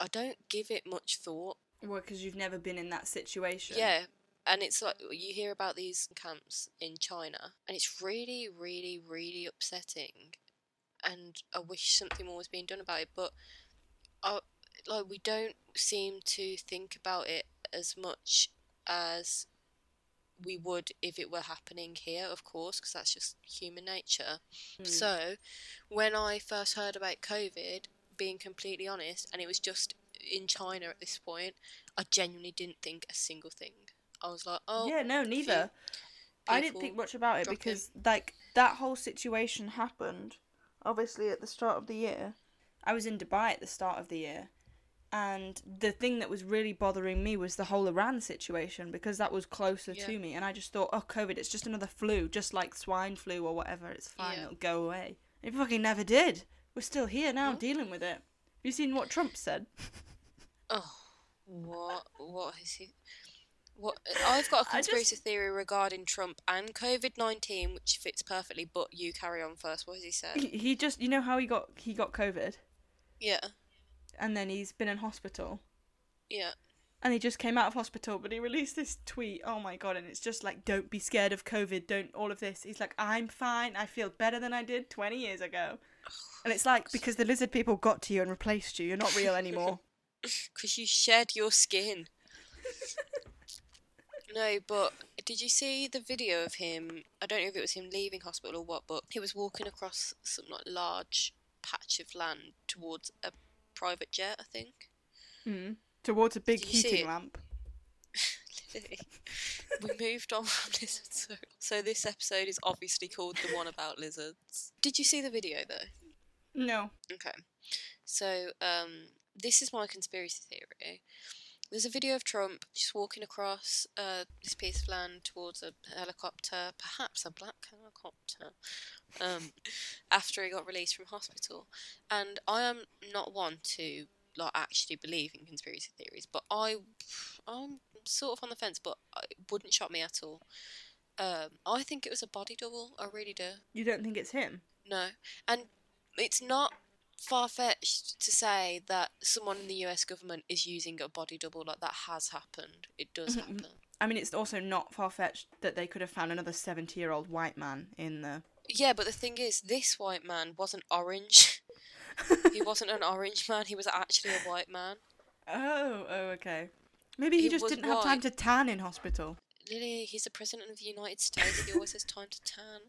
Speaker 1: I don't give it much thought.
Speaker 2: Well, because you've never been in that situation.
Speaker 1: Yeah. And it's like you hear about these camps in China and it's really, really, really upsetting. And I wish something more was being done about it, but I, like we don't seem to think about it as much as we would if it were happening here, of course, because that's just human nature.
Speaker 2: Hmm.
Speaker 1: So, when I first heard about COVID, being completely honest, and it was just in China at this point, I genuinely didn't think a single thing. I was like, oh,
Speaker 2: yeah, no, neither. I didn't think
Speaker 1: people
Speaker 2: much about it
Speaker 1: dropping.
Speaker 2: because, like, that whole situation happened, obviously, at the start of the year. I was in Dubai at the start of the year, and the thing that was really bothering me was the whole Iran situation because that was closer
Speaker 1: Yeah.
Speaker 2: to me, and I just thought, oh, COVID, it's just another flu, just like swine flu or whatever, it's fine,
Speaker 1: Yeah.
Speaker 2: it'll go away. It fucking never did. We're still here now dealing with it. Have you seen what Trump said?
Speaker 1: Oh, what? What is he? What? I've got a
Speaker 2: I just-
Speaker 1: conspiracy theory regarding Trump and COVID nineteen, which fits perfectly. But you carry on first. What has he said?
Speaker 2: He, he just, you know how he got he got COVID,
Speaker 1: Yeah,
Speaker 2: and then he's been in hospital.
Speaker 1: yeah.
Speaker 2: and he just came out of hospital but he released this tweet oh my god and it's just like don't be scared of covid don't all of this he's like i'm fine i feel better than i did 20 years ago and it's like because the lizard people got to you and replaced you you're not real anymore
Speaker 1: because you shed your skin. No, but did you see the video of him? I don't know if it was him leaving hospital or what, but he was walking across some like large patch of land towards a private jet, I think.
Speaker 2: Mm. Towards a big
Speaker 1: Did you see
Speaker 2: heating
Speaker 1: it?
Speaker 2: lamp.
Speaker 1: Lily, we moved on from lizards. So, so this episode is obviously called the one about lizards. Did you see the video though?
Speaker 2: No.
Speaker 1: Okay. So um, this is my conspiracy theory. There's a video of Trump just walking across uh, this piece of land towards a helicopter, perhaps a black helicopter, um, after he got released from hospital. And I am not one to like actually believe in conspiracy theories, but I, I'm sort of on the fence, but it wouldn't shock me at all. Um, I think it was a body double. I really do.
Speaker 2: You don't think it's him?
Speaker 1: No. And it's not far fetched to say that someone in the US government is using a body double like that has happened. It does happen.
Speaker 2: I mean, it's also not far fetched that they could have found another 70 year old white man in the.
Speaker 1: Yeah, but the thing is, this white man wasn't orange. he wasn't an orange man, he was actually a white man.
Speaker 2: Oh, oh, okay. Maybe he,
Speaker 1: He
Speaker 2: just
Speaker 1: was
Speaker 2: didn't have time
Speaker 1: white.
Speaker 2: to tan in hospital.
Speaker 1: Lily, he's the president of the United States. He always has time to tan.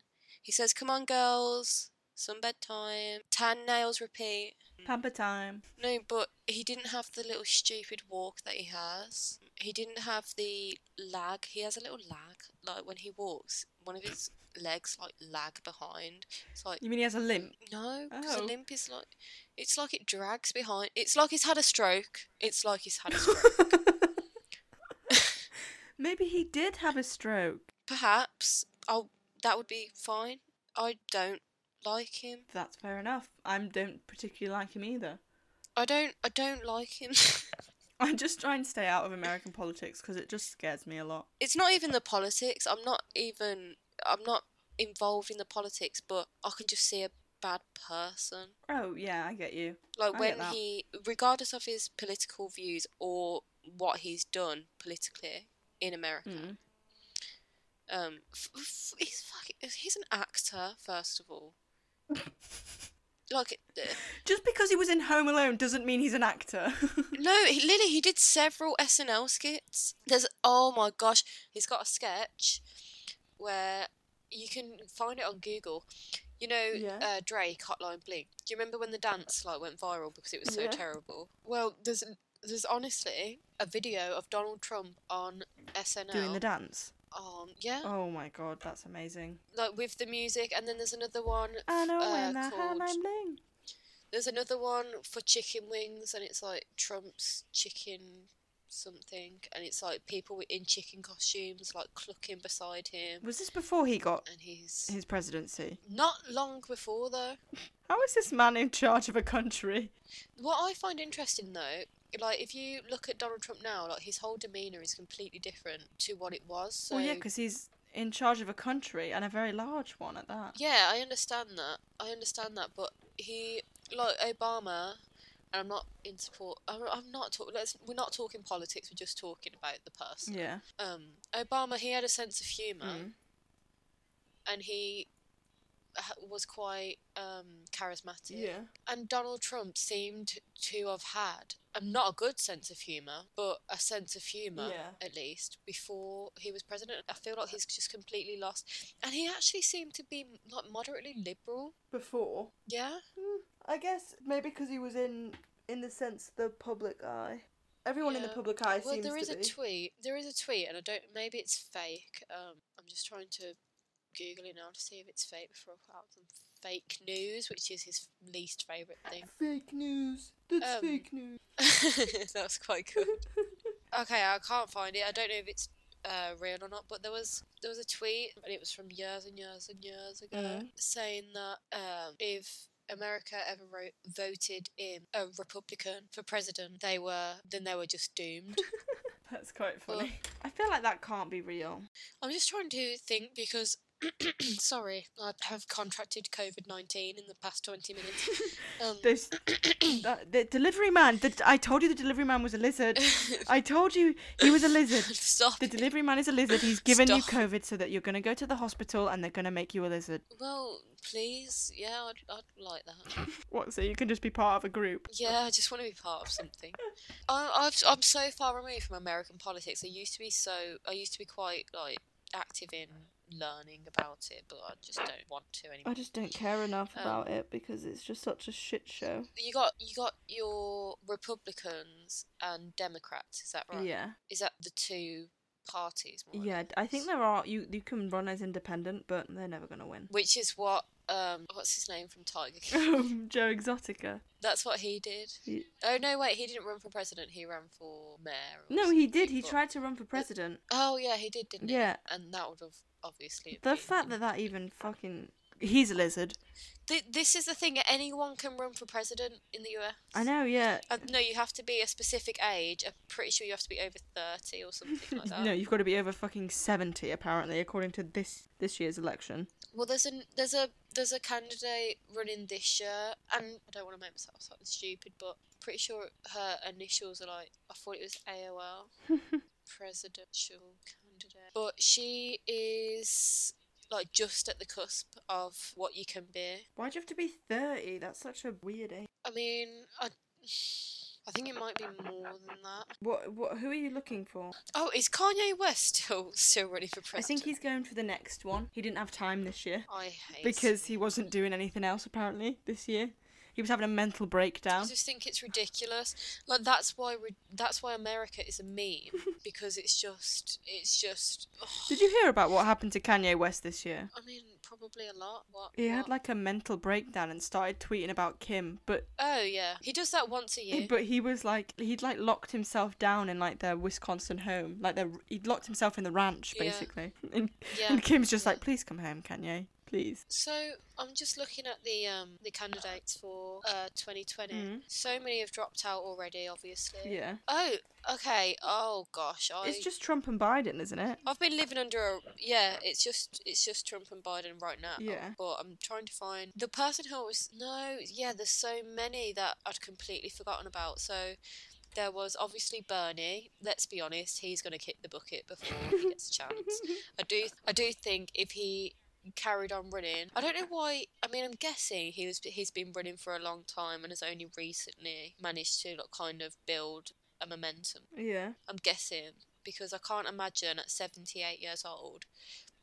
Speaker 1: He says, Come on, girls, sunbed time, tan nails repeat.
Speaker 2: Pamper time.
Speaker 1: No, but he didn't have the little stupid walk that he has. He didn't have the lag. He has a little lag. Like when he walks, one of his legs like lag behind. It's like
Speaker 2: You mean he has a limp?
Speaker 1: no, because
Speaker 2: Oh.
Speaker 1: a limp is like it's like it drags behind. It's like he's had a stroke. It's like he's had a stroke.
Speaker 2: Maybe he did have a stroke.
Speaker 1: Perhaps oh that would be fine. I don't like him.
Speaker 2: That's fair enough. I don't particularly like him either.
Speaker 1: I don't. I don't like him.
Speaker 2: I just try and stay out of American politics because it just scares me a lot.
Speaker 1: it's not even the politics. I'm not even I'm not involved in the politics, but I can just see a bad person.
Speaker 2: Oh, yeah, I get you. I
Speaker 1: Like
Speaker 2: get
Speaker 1: when
Speaker 2: that.
Speaker 1: he regardless of his political views or what he's done politically in America.
Speaker 2: Mm. Hmm.
Speaker 1: Um f- f- he's fucking he's an actor first of all. like uh,
Speaker 2: Just because he was in Home Alone doesn't mean he's an actor.
Speaker 1: No, he, Lily, he did several SNL skits. There's, oh my gosh, he's got a sketch where you can find it on Google. You know,
Speaker 2: Yeah.
Speaker 1: uh, Drake, Hotline Bling. Do you remember when the dance like went viral because it was so
Speaker 2: Yeah.
Speaker 1: terrible? Well, there's there's honestly a video of Donald Trump on SNL.
Speaker 2: Doing the dance.
Speaker 1: um, yeah,
Speaker 2: Oh my god, that's amazing.
Speaker 1: like with the music, and then there's another one.
Speaker 2: I know
Speaker 1: uh,
Speaker 2: when I had
Speaker 1: called-
Speaker 2: my bling.
Speaker 1: There's another one for chicken wings, and it's like Trump's chicken something, and it's like people in chicken costumes like clucking beside him,
Speaker 2: Was this before he got
Speaker 1: and he's
Speaker 2: his presidency?
Speaker 1: not long before though.
Speaker 2: How is this man in charge of a country?
Speaker 1: What I find interesting though, like if you look at Donald Trump now, like his whole demeanor is completely different to what it was. So
Speaker 2: Well, yeah, because he's in charge of a country and a very large one at that.
Speaker 1: Yeah, I understand that. I understand that, but he like Obama, and I'm not in support. I'm, I'm not talking. Let's we're not talking politics. We're just talking about the person.
Speaker 2: Yeah.
Speaker 1: um, Obama, he had a sense of humor,
Speaker 2: Mm.
Speaker 1: and he ha- was quite um, charismatic. And Donald Trump seemed to have had um, not a good sense of humor, but a sense of humor
Speaker 2: Yeah.
Speaker 1: at least before he was president. I feel like he's just completely lost, and he actually seemed to be like moderately liberal.
Speaker 2: Before.
Speaker 1: Yeah,
Speaker 2: I guess maybe because he was in, in the sense, the public eye. Everyone
Speaker 1: in the Yeah.
Speaker 2: public eye
Speaker 1: well, there is a tweet. There is a tweet, and I don't. Maybe it's fake. Um, I'm just trying to Google it now to see if it's fake before I put out some fake news, which is his least favorite thing.
Speaker 2: Fake news. That's
Speaker 1: Um, fake
Speaker 2: news.
Speaker 1: that was quite good. okay, I can't find it. I don't know if it's uh, real or not, but there was there was a tweet, and it was from years and years and years ago,
Speaker 2: Mhm.
Speaker 1: saying that um, if America ever wrote, voted in a Republican for president, they were then they were just doomed.
Speaker 2: That's quite funny. I feel like that can't be real.
Speaker 1: I'm just trying to think because
Speaker 3: Sorry, I have contracted COVID 19 in the past 20 minutes. Um,
Speaker 2: This that, the delivery man. The, I told you the delivery man was a lizard. I told you he was a lizard.
Speaker 1: Stop.
Speaker 2: The
Speaker 1: it.
Speaker 2: delivery man is a lizard. He's given you
Speaker 1: Stop.
Speaker 2: COVID so that you're going to go to the hospital and they're going to make you a lizard.
Speaker 1: Well, please. Yeah, I'd, I'd like that.
Speaker 2: What? So you can just be part of a group?
Speaker 1: Yeah, I just want to be part of something. I, I've, I'm so far removed from American politics. I used to be so. I used to be quite like active in learning about it, but I just don't want to anymore.
Speaker 2: I just don't care enough
Speaker 1: Um,
Speaker 2: about it because it's just such a shit show.
Speaker 1: You got you got your Republicans and Democrats. Is that right?
Speaker 2: Yeah,
Speaker 1: Is that the two parties? more or
Speaker 2: yeah.
Speaker 1: less?
Speaker 2: I think there are you. You can run as independent, but they're never going to win.
Speaker 1: Which is what um what's his name from Tiger King?
Speaker 2: Um, Joe Exotica.
Speaker 1: That's what he did.
Speaker 2: He-
Speaker 1: Oh no, wait, he didn't run for president. He ran for mayor. or
Speaker 2: No, he did.
Speaker 1: something,
Speaker 2: He
Speaker 1: but-
Speaker 2: tried to run for president.
Speaker 1: Oh yeah, he did, didn't he?
Speaker 2: Yeah.
Speaker 1: And that would have obviously. have
Speaker 2: The
Speaker 1: been
Speaker 2: fact
Speaker 1: him.
Speaker 2: that that even fucking he's a lizard.
Speaker 1: Th- this is the thing: anyone can run for president in the US.
Speaker 2: I know. Yeah.
Speaker 1: Uh, no, you have to be a specific age. I'm pretty sure you have to be over thirty or something like that.
Speaker 2: No, you've got to be over fucking seventy apparently, according to this this year's election.
Speaker 1: Well, there's a there's a there's a candidate running this year, and I don't want to make myself sound stupid, but pretty sure her initials are like I thought it was AOL, presidential candidate. But she is like just at the cusp of what you can be.
Speaker 2: Why'd you have to be thirty? That's such a weird age.
Speaker 1: I mean, I I think it might be more than that.
Speaker 2: What? What? Who are you looking for?
Speaker 1: Oh, is Kanye West still still running for
Speaker 2: I
Speaker 1: president?
Speaker 2: think he's going for the next one. He didn't have time this year.
Speaker 1: I hate
Speaker 2: because he wasn't doing anything else apparently this year. He was having a mental breakdown.
Speaker 1: I just think it's ridiculous. Like that's why re- that's why America is a meme because it's just it's just. ugh.
Speaker 2: Did you hear about what happened to Kanye West this year?
Speaker 1: I mean, probably a lot. What?
Speaker 2: He had
Speaker 1: what-
Speaker 2: like a mental breakdown and started tweeting about Kim, but
Speaker 1: Oh yeah, he does that once a year.
Speaker 2: but he was like he'd like locked himself down in like their Wisconsin home, like their he'd locked himself in the ranch
Speaker 1: Yeah.
Speaker 2: basically. And,
Speaker 1: Yeah.
Speaker 2: and Kim's just like, please come home, Kanye, please.
Speaker 1: So I'm just looking at the um the candidates for uh 2020.
Speaker 2: Mhm.
Speaker 1: So many have dropped out already, obviously.
Speaker 2: Yeah,
Speaker 1: Oh, okay. Oh gosh, I.
Speaker 2: it's just Trump and Biden, isn't it?
Speaker 1: I've been living under a yeah. It's just it's just Trump and Biden right now.
Speaker 2: Yeah.
Speaker 1: But I'm trying to find the person who was no yeah. There's so many that I'd completely forgotten about. So there was obviously Bernie. Let's be honest, he's gonna kick the bucket before he gets a chance. I do I do think if he carried on running, I don't know why. I mean, I'm guessing he was he's been running for a long time and has only recently managed to like, kind of build a momentum.
Speaker 2: Yeah,
Speaker 1: I'm guessing because I can't imagine at 78 years old,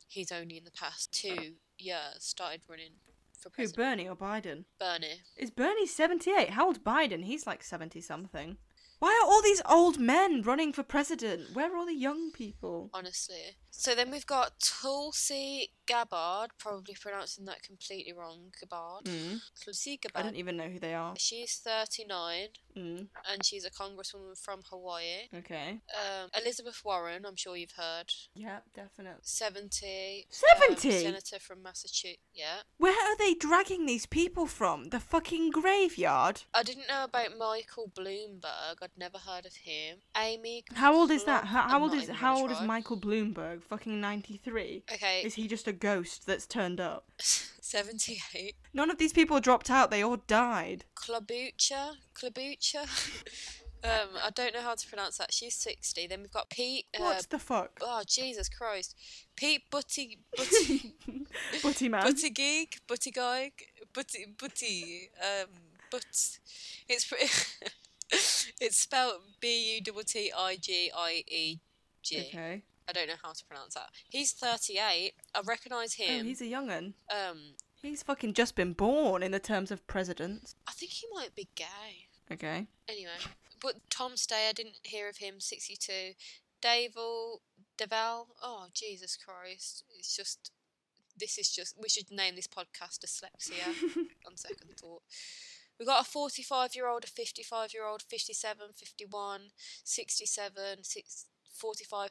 Speaker 1: he's only in the past two years started running for
Speaker 2: who
Speaker 1: president.
Speaker 2: Bernie or Biden?
Speaker 1: Bernie.
Speaker 2: Is Bernie 78? How old Biden? He's like 70 something. Why are all these old men running for president? Where are all the young people?
Speaker 1: Honestly. So then we've got Tulsi Gabbard, probably pronouncing that completely wrong. Gabbard.
Speaker 2: Mm.
Speaker 1: Tulsi
Speaker 2: I don't e-
Speaker 1: Gabbard.
Speaker 2: even know who they are.
Speaker 1: She's 39
Speaker 2: Mm.
Speaker 1: and she's a congresswoman from Hawaii.
Speaker 2: Okay.
Speaker 1: Um, Elizabeth Warren, I'm sure you've heard.
Speaker 2: Yeah, definitely.
Speaker 1: 70. um,
Speaker 2: 70?
Speaker 1: senator from Massachusetts. Yeah.
Speaker 2: Where are they dragging these people from? The fucking graveyard?
Speaker 1: I didn't know about Michael Bloomberg. I'd never heard of him. Amy.
Speaker 2: How old is that? How,
Speaker 1: I'm
Speaker 2: how old
Speaker 1: not
Speaker 2: is
Speaker 1: even
Speaker 2: how
Speaker 1: gonna
Speaker 2: old is
Speaker 1: try.
Speaker 2: Michael Bloomberg? Fucking 93.
Speaker 1: Okay,
Speaker 2: Is he just a ghost that's turned up?
Speaker 1: seventy-eight.
Speaker 2: None of these people dropped out. They all died.
Speaker 1: Klobuchar, Klobuchar. um, I don't know how to pronounce that. She's sixty. Then we've got Pete. Uh,
Speaker 2: what the fuck?
Speaker 1: oh Jesus Christ, Pete Butty Butty
Speaker 2: Butty man.
Speaker 1: Butty Geek Butty Guy Butty Butty. Um, but it's pretty. it's spelled B U T T I G I E G.
Speaker 2: Okay.
Speaker 1: I don't know how to pronounce that. He's 38. I recognise
Speaker 2: Oh,
Speaker 1: him.
Speaker 2: he's a young'un.
Speaker 1: Um,
Speaker 2: He's fucking just been born in the terms of presidents.
Speaker 1: I think he might be gay.
Speaker 2: Okay.
Speaker 1: Anyway, but Tom Stay, I didn't hear of him. Sixty-two. Davil Deval. Oh Jesus Christ! It's just this is just. We should name this podcast dyslexia. on second thought. We've got a 45 year old, a 55 year old, 57, 51, 67, six- 45.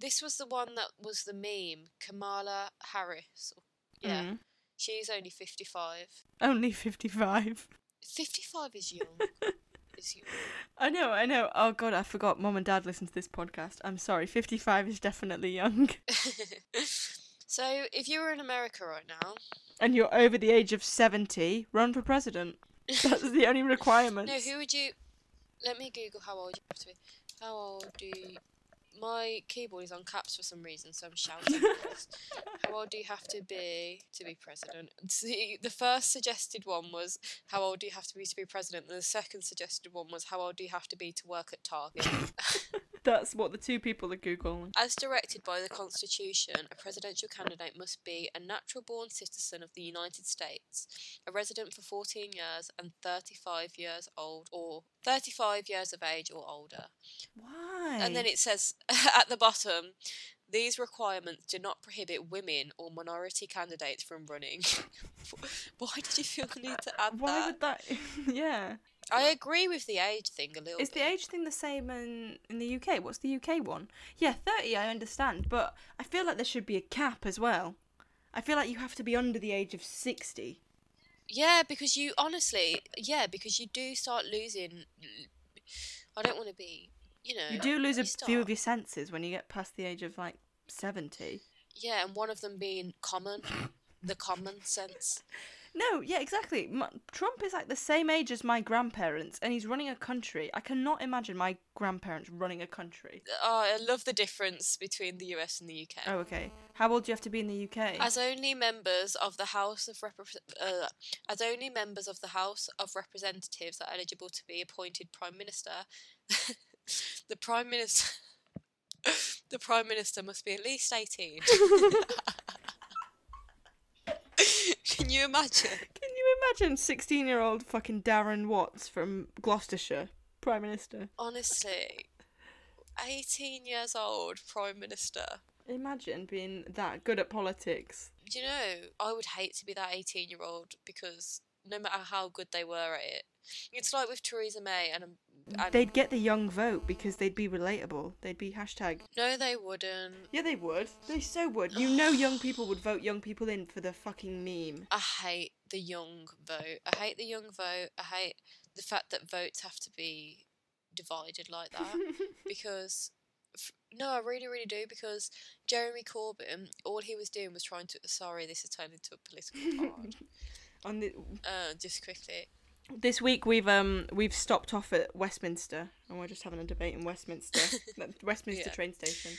Speaker 1: This was the one that was the meme Kamala Harris. Yeah,
Speaker 2: Mm.
Speaker 1: she's only 55.
Speaker 2: Only 55.
Speaker 1: 55 is young. is young.
Speaker 2: I know, I know. Oh god, I forgot mom and dad listen to this podcast. I'm sorry. 55 is definitely young.
Speaker 1: So, if you were in America right now,
Speaker 2: and you're over the age of 70, run for president. That's the only requirement.
Speaker 1: no, who would you? Let me Google how old you have to be. How old do? you- My keyboard is on caps for some reason, so I'm shouting. how old do you have to be to be president? See, the first suggested one was how old do you have to be to be president, and the second suggested one was how old do you have to be to work at Target.
Speaker 2: That's what the two people are Googling.
Speaker 1: As directed by the Constitution, a presidential candidate must be a natural born citizen of the United States, a resident for 14 years and 35 years old or 35 years of age or older.
Speaker 2: Why?
Speaker 1: And then it says at the bottom, these requirements do not prohibit women or minority candidates from running. Why did you feel the need to add
Speaker 2: Why
Speaker 1: that?
Speaker 2: would that. yeah.
Speaker 1: I agree with the age thing a little
Speaker 2: Is
Speaker 1: bit.
Speaker 2: the age thing the same in, in the UK? What's the UK one? Yeah, 30, I understand, but I feel like there should be a cap as well. I feel like you have to be under the age of 60.
Speaker 1: Yeah, because you honestly, yeah, because you do start losing. I don't want to be, you know.
Speaker 2: You do lose a few of
Speaker 1: start-
Speaker 2: your senses when you get past the age of like 70.
Speaker 1: Yeah, and one of them being common, the common sense.
Speaker 2: No, yeah, exactly. M- Trump is like the same age as my grandparents and he's running a country. I cannot imagine my grandparents running a country.
Speaker 1: Oh, I love the difference between the US and the UK.
Speaker 2: Oh, okay. How old do you have to be in the UK?
Speaker 1: As only members of the House of Repre- uh, as only members of the House of Representatives are eligible to be appointed Prime Minister, the Prime Minister the Prime Minister must be at least eighteen. Can you imagine?
Speaker 2: Can you imagine 16 year old fucking Darren Watts from Gloucestershire, Prime Minister?
Speaker 1: Honestly, eighteen years old Prime Minister.
Speaker 2: Imagine being that good at politics.
Speaker 1: Do you know, I would hate to be that 18 year old because no matter how good they were at it, it's like with Theresa May and. and
Speaker 2: They'd get the young vote because they'd be relatable. They'd be hashtag.
Speaker 1: no, they wouldn't.
Speaker 2: Yeah, they would. They so would. You know, young people would vote young people in for the fucking meme.
Speaker 1: I hate the young vote. I hate the young vote. I hate the fact that votes have to be divided like that because. f- No, I really, really do because Jeremy Corbyn, all he was doing was trying to. Sorry, this has turned into a political pod.
Speaker 2: On the,
Speaker 1: uh, just quickly.
Speaker 2: this week we've um we've stopped off at Westminster and we're just having a debate in Westminster, That Westminster
Speaker 1: Yeah.
Speaker 2: train station.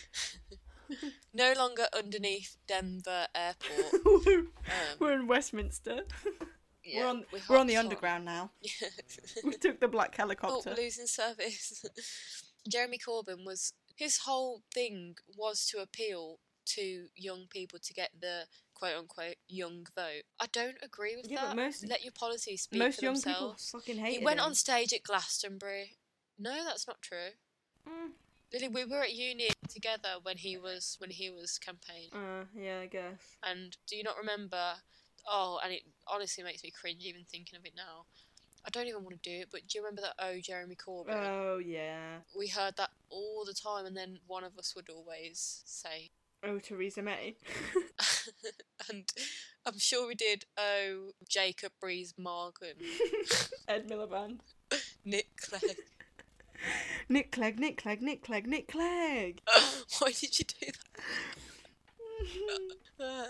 Speaker 1: No longer underneath Denver Airport.
Speaker 2: we're in Westminster.
Speaker 1: Um, Yeah,
Speaker 2: we're on
Speaker 1: we
Speaker 2: we're on the
Speaker 1: hopped
Speaker 2: underground now.
Speaker 1: Yeah.
Speaker 2: We took the black
Speaker 1: Oh,
Speaker 2: helicopter.
Speaker 1: losing service. Jeremy Corbyn was his whole thing was to appeal to young people to get the quote unquote young vote. I don't agree with
Speaker 2: Yeah, but
Speaker 1: that.
Speaker 2: most-
Speaker 1: Let your policies speak
Speaker 2: Most
Speaker 1: for
Speaker 2: young
Speaker 1: themselves.
Speaker 2: people fucking hate
Speaker 1: He went on stage at Glastonbury. No, that's not true.
Speaker 2: Mm.
Speaker 1: Lily, we were at uni together when he was when he was campaigning.
Speaker 2: Uh, yeah, I guess.
Speaker 1: And do you not remember? Oh, and it honestly makes me cringe even thinking of it now. I don't even want to do it, but do you remember that? Oh, Jeremy Corbyn.
Speaker 2: Oh yeah.
Speaker 1: we heard that all the time, and then one of us would always say,
Speaker 2: Oh, Theresa May.
Speaker 1: and I'm sure we did, oh, Jacob Breeze Morgan,
Speaker 2: Ed Miliband.
Speaker 1: Nick Clegg.
Speaker 2: Nick Clegg, Nick Clegg, Nick Clegg, Nick Clegg.
Speaker 1: Why did you do that? Uh,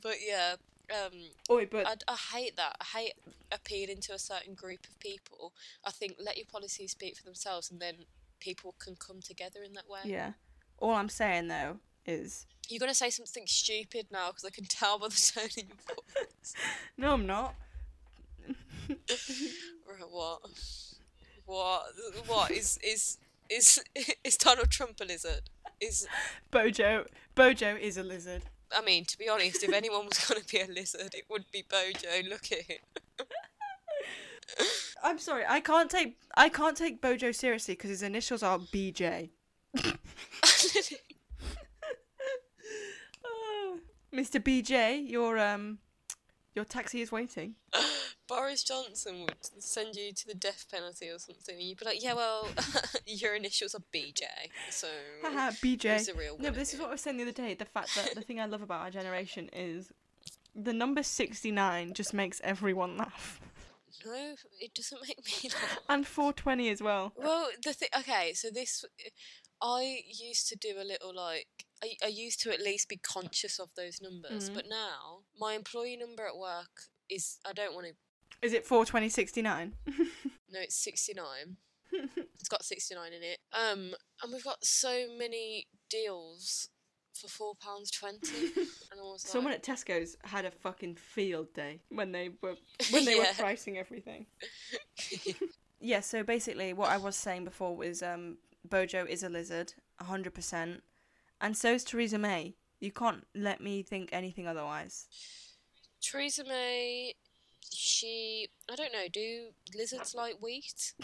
Speaker 1: but yeah, um,
Speaker 2: Oi, but
Speaker 1: I, I hate that. I hate appealing to a certain group of people. I think let your policies speak for themselves, and then people can come together in that way.
Speaker 2: yeah. All I'm saying though is
Speaker 1: You're going to say something stupid now because I can tell by the tone in your voice.
Speaker 2: no, I'm not.
Speaker 1: Right, what? What? What is is is is Donald Trump a lizard? Is
Speaker 2: Bojo, Bojo is a lizard.
Speaker 1: I mean, to be honest, if anyone was gonna be a lizard, it would be Bojo. Look at him.
Speaker 2: I'm sorry, I can't take I can't take Bojo seriously because his initials are BJ. Oh. Mr. BJ, your um, your taxi is waiting.
Speaker 1: Boris Johnson would send you to the death penalty or something, and you'd be like, "Yeah, well, your initials are BJ, so
Speaker 2: Haha, BJ.
Speaker 1: He's a real
Speaker 2: no,
Speaker 1: winner
Speaker 2: but this is
Speaker 1: here.
Speaker 2: what I was saying the other day. The fact that the thing I love about our generation is the number sixty nine just makes everyone laugh,
Speaker 1: no, it doesn't make me laugh."
Speaker 2: and four twenty as well.
Speaker 1: Well, the thing. Okay, so this, I used to do a little like I, I used to at least be conscious of those numbers,
Speaker 2: Mhm.
Speaker 1: but now my employee number at work is I don't want to.
Speaker 2: Is it four twenty sixty nine?
Speaker 1: No, it's sixty nine. it's got sixty nine in it. Um, and we've got so many deals for four pounds twenty. And I was like,
Speaker 2: Someone at Tesco's had a fucking field day when they were when they
Speaker 1: Yeah.
Speaker 2: were pricing everything. yeah, so basically what I was saying before was um Bojo is a lizard, 100%, and so is Theresa May. You can't let me think anything otherwise.
Speaker 1: Theresa May, she I don't know. Do lizards like wheat?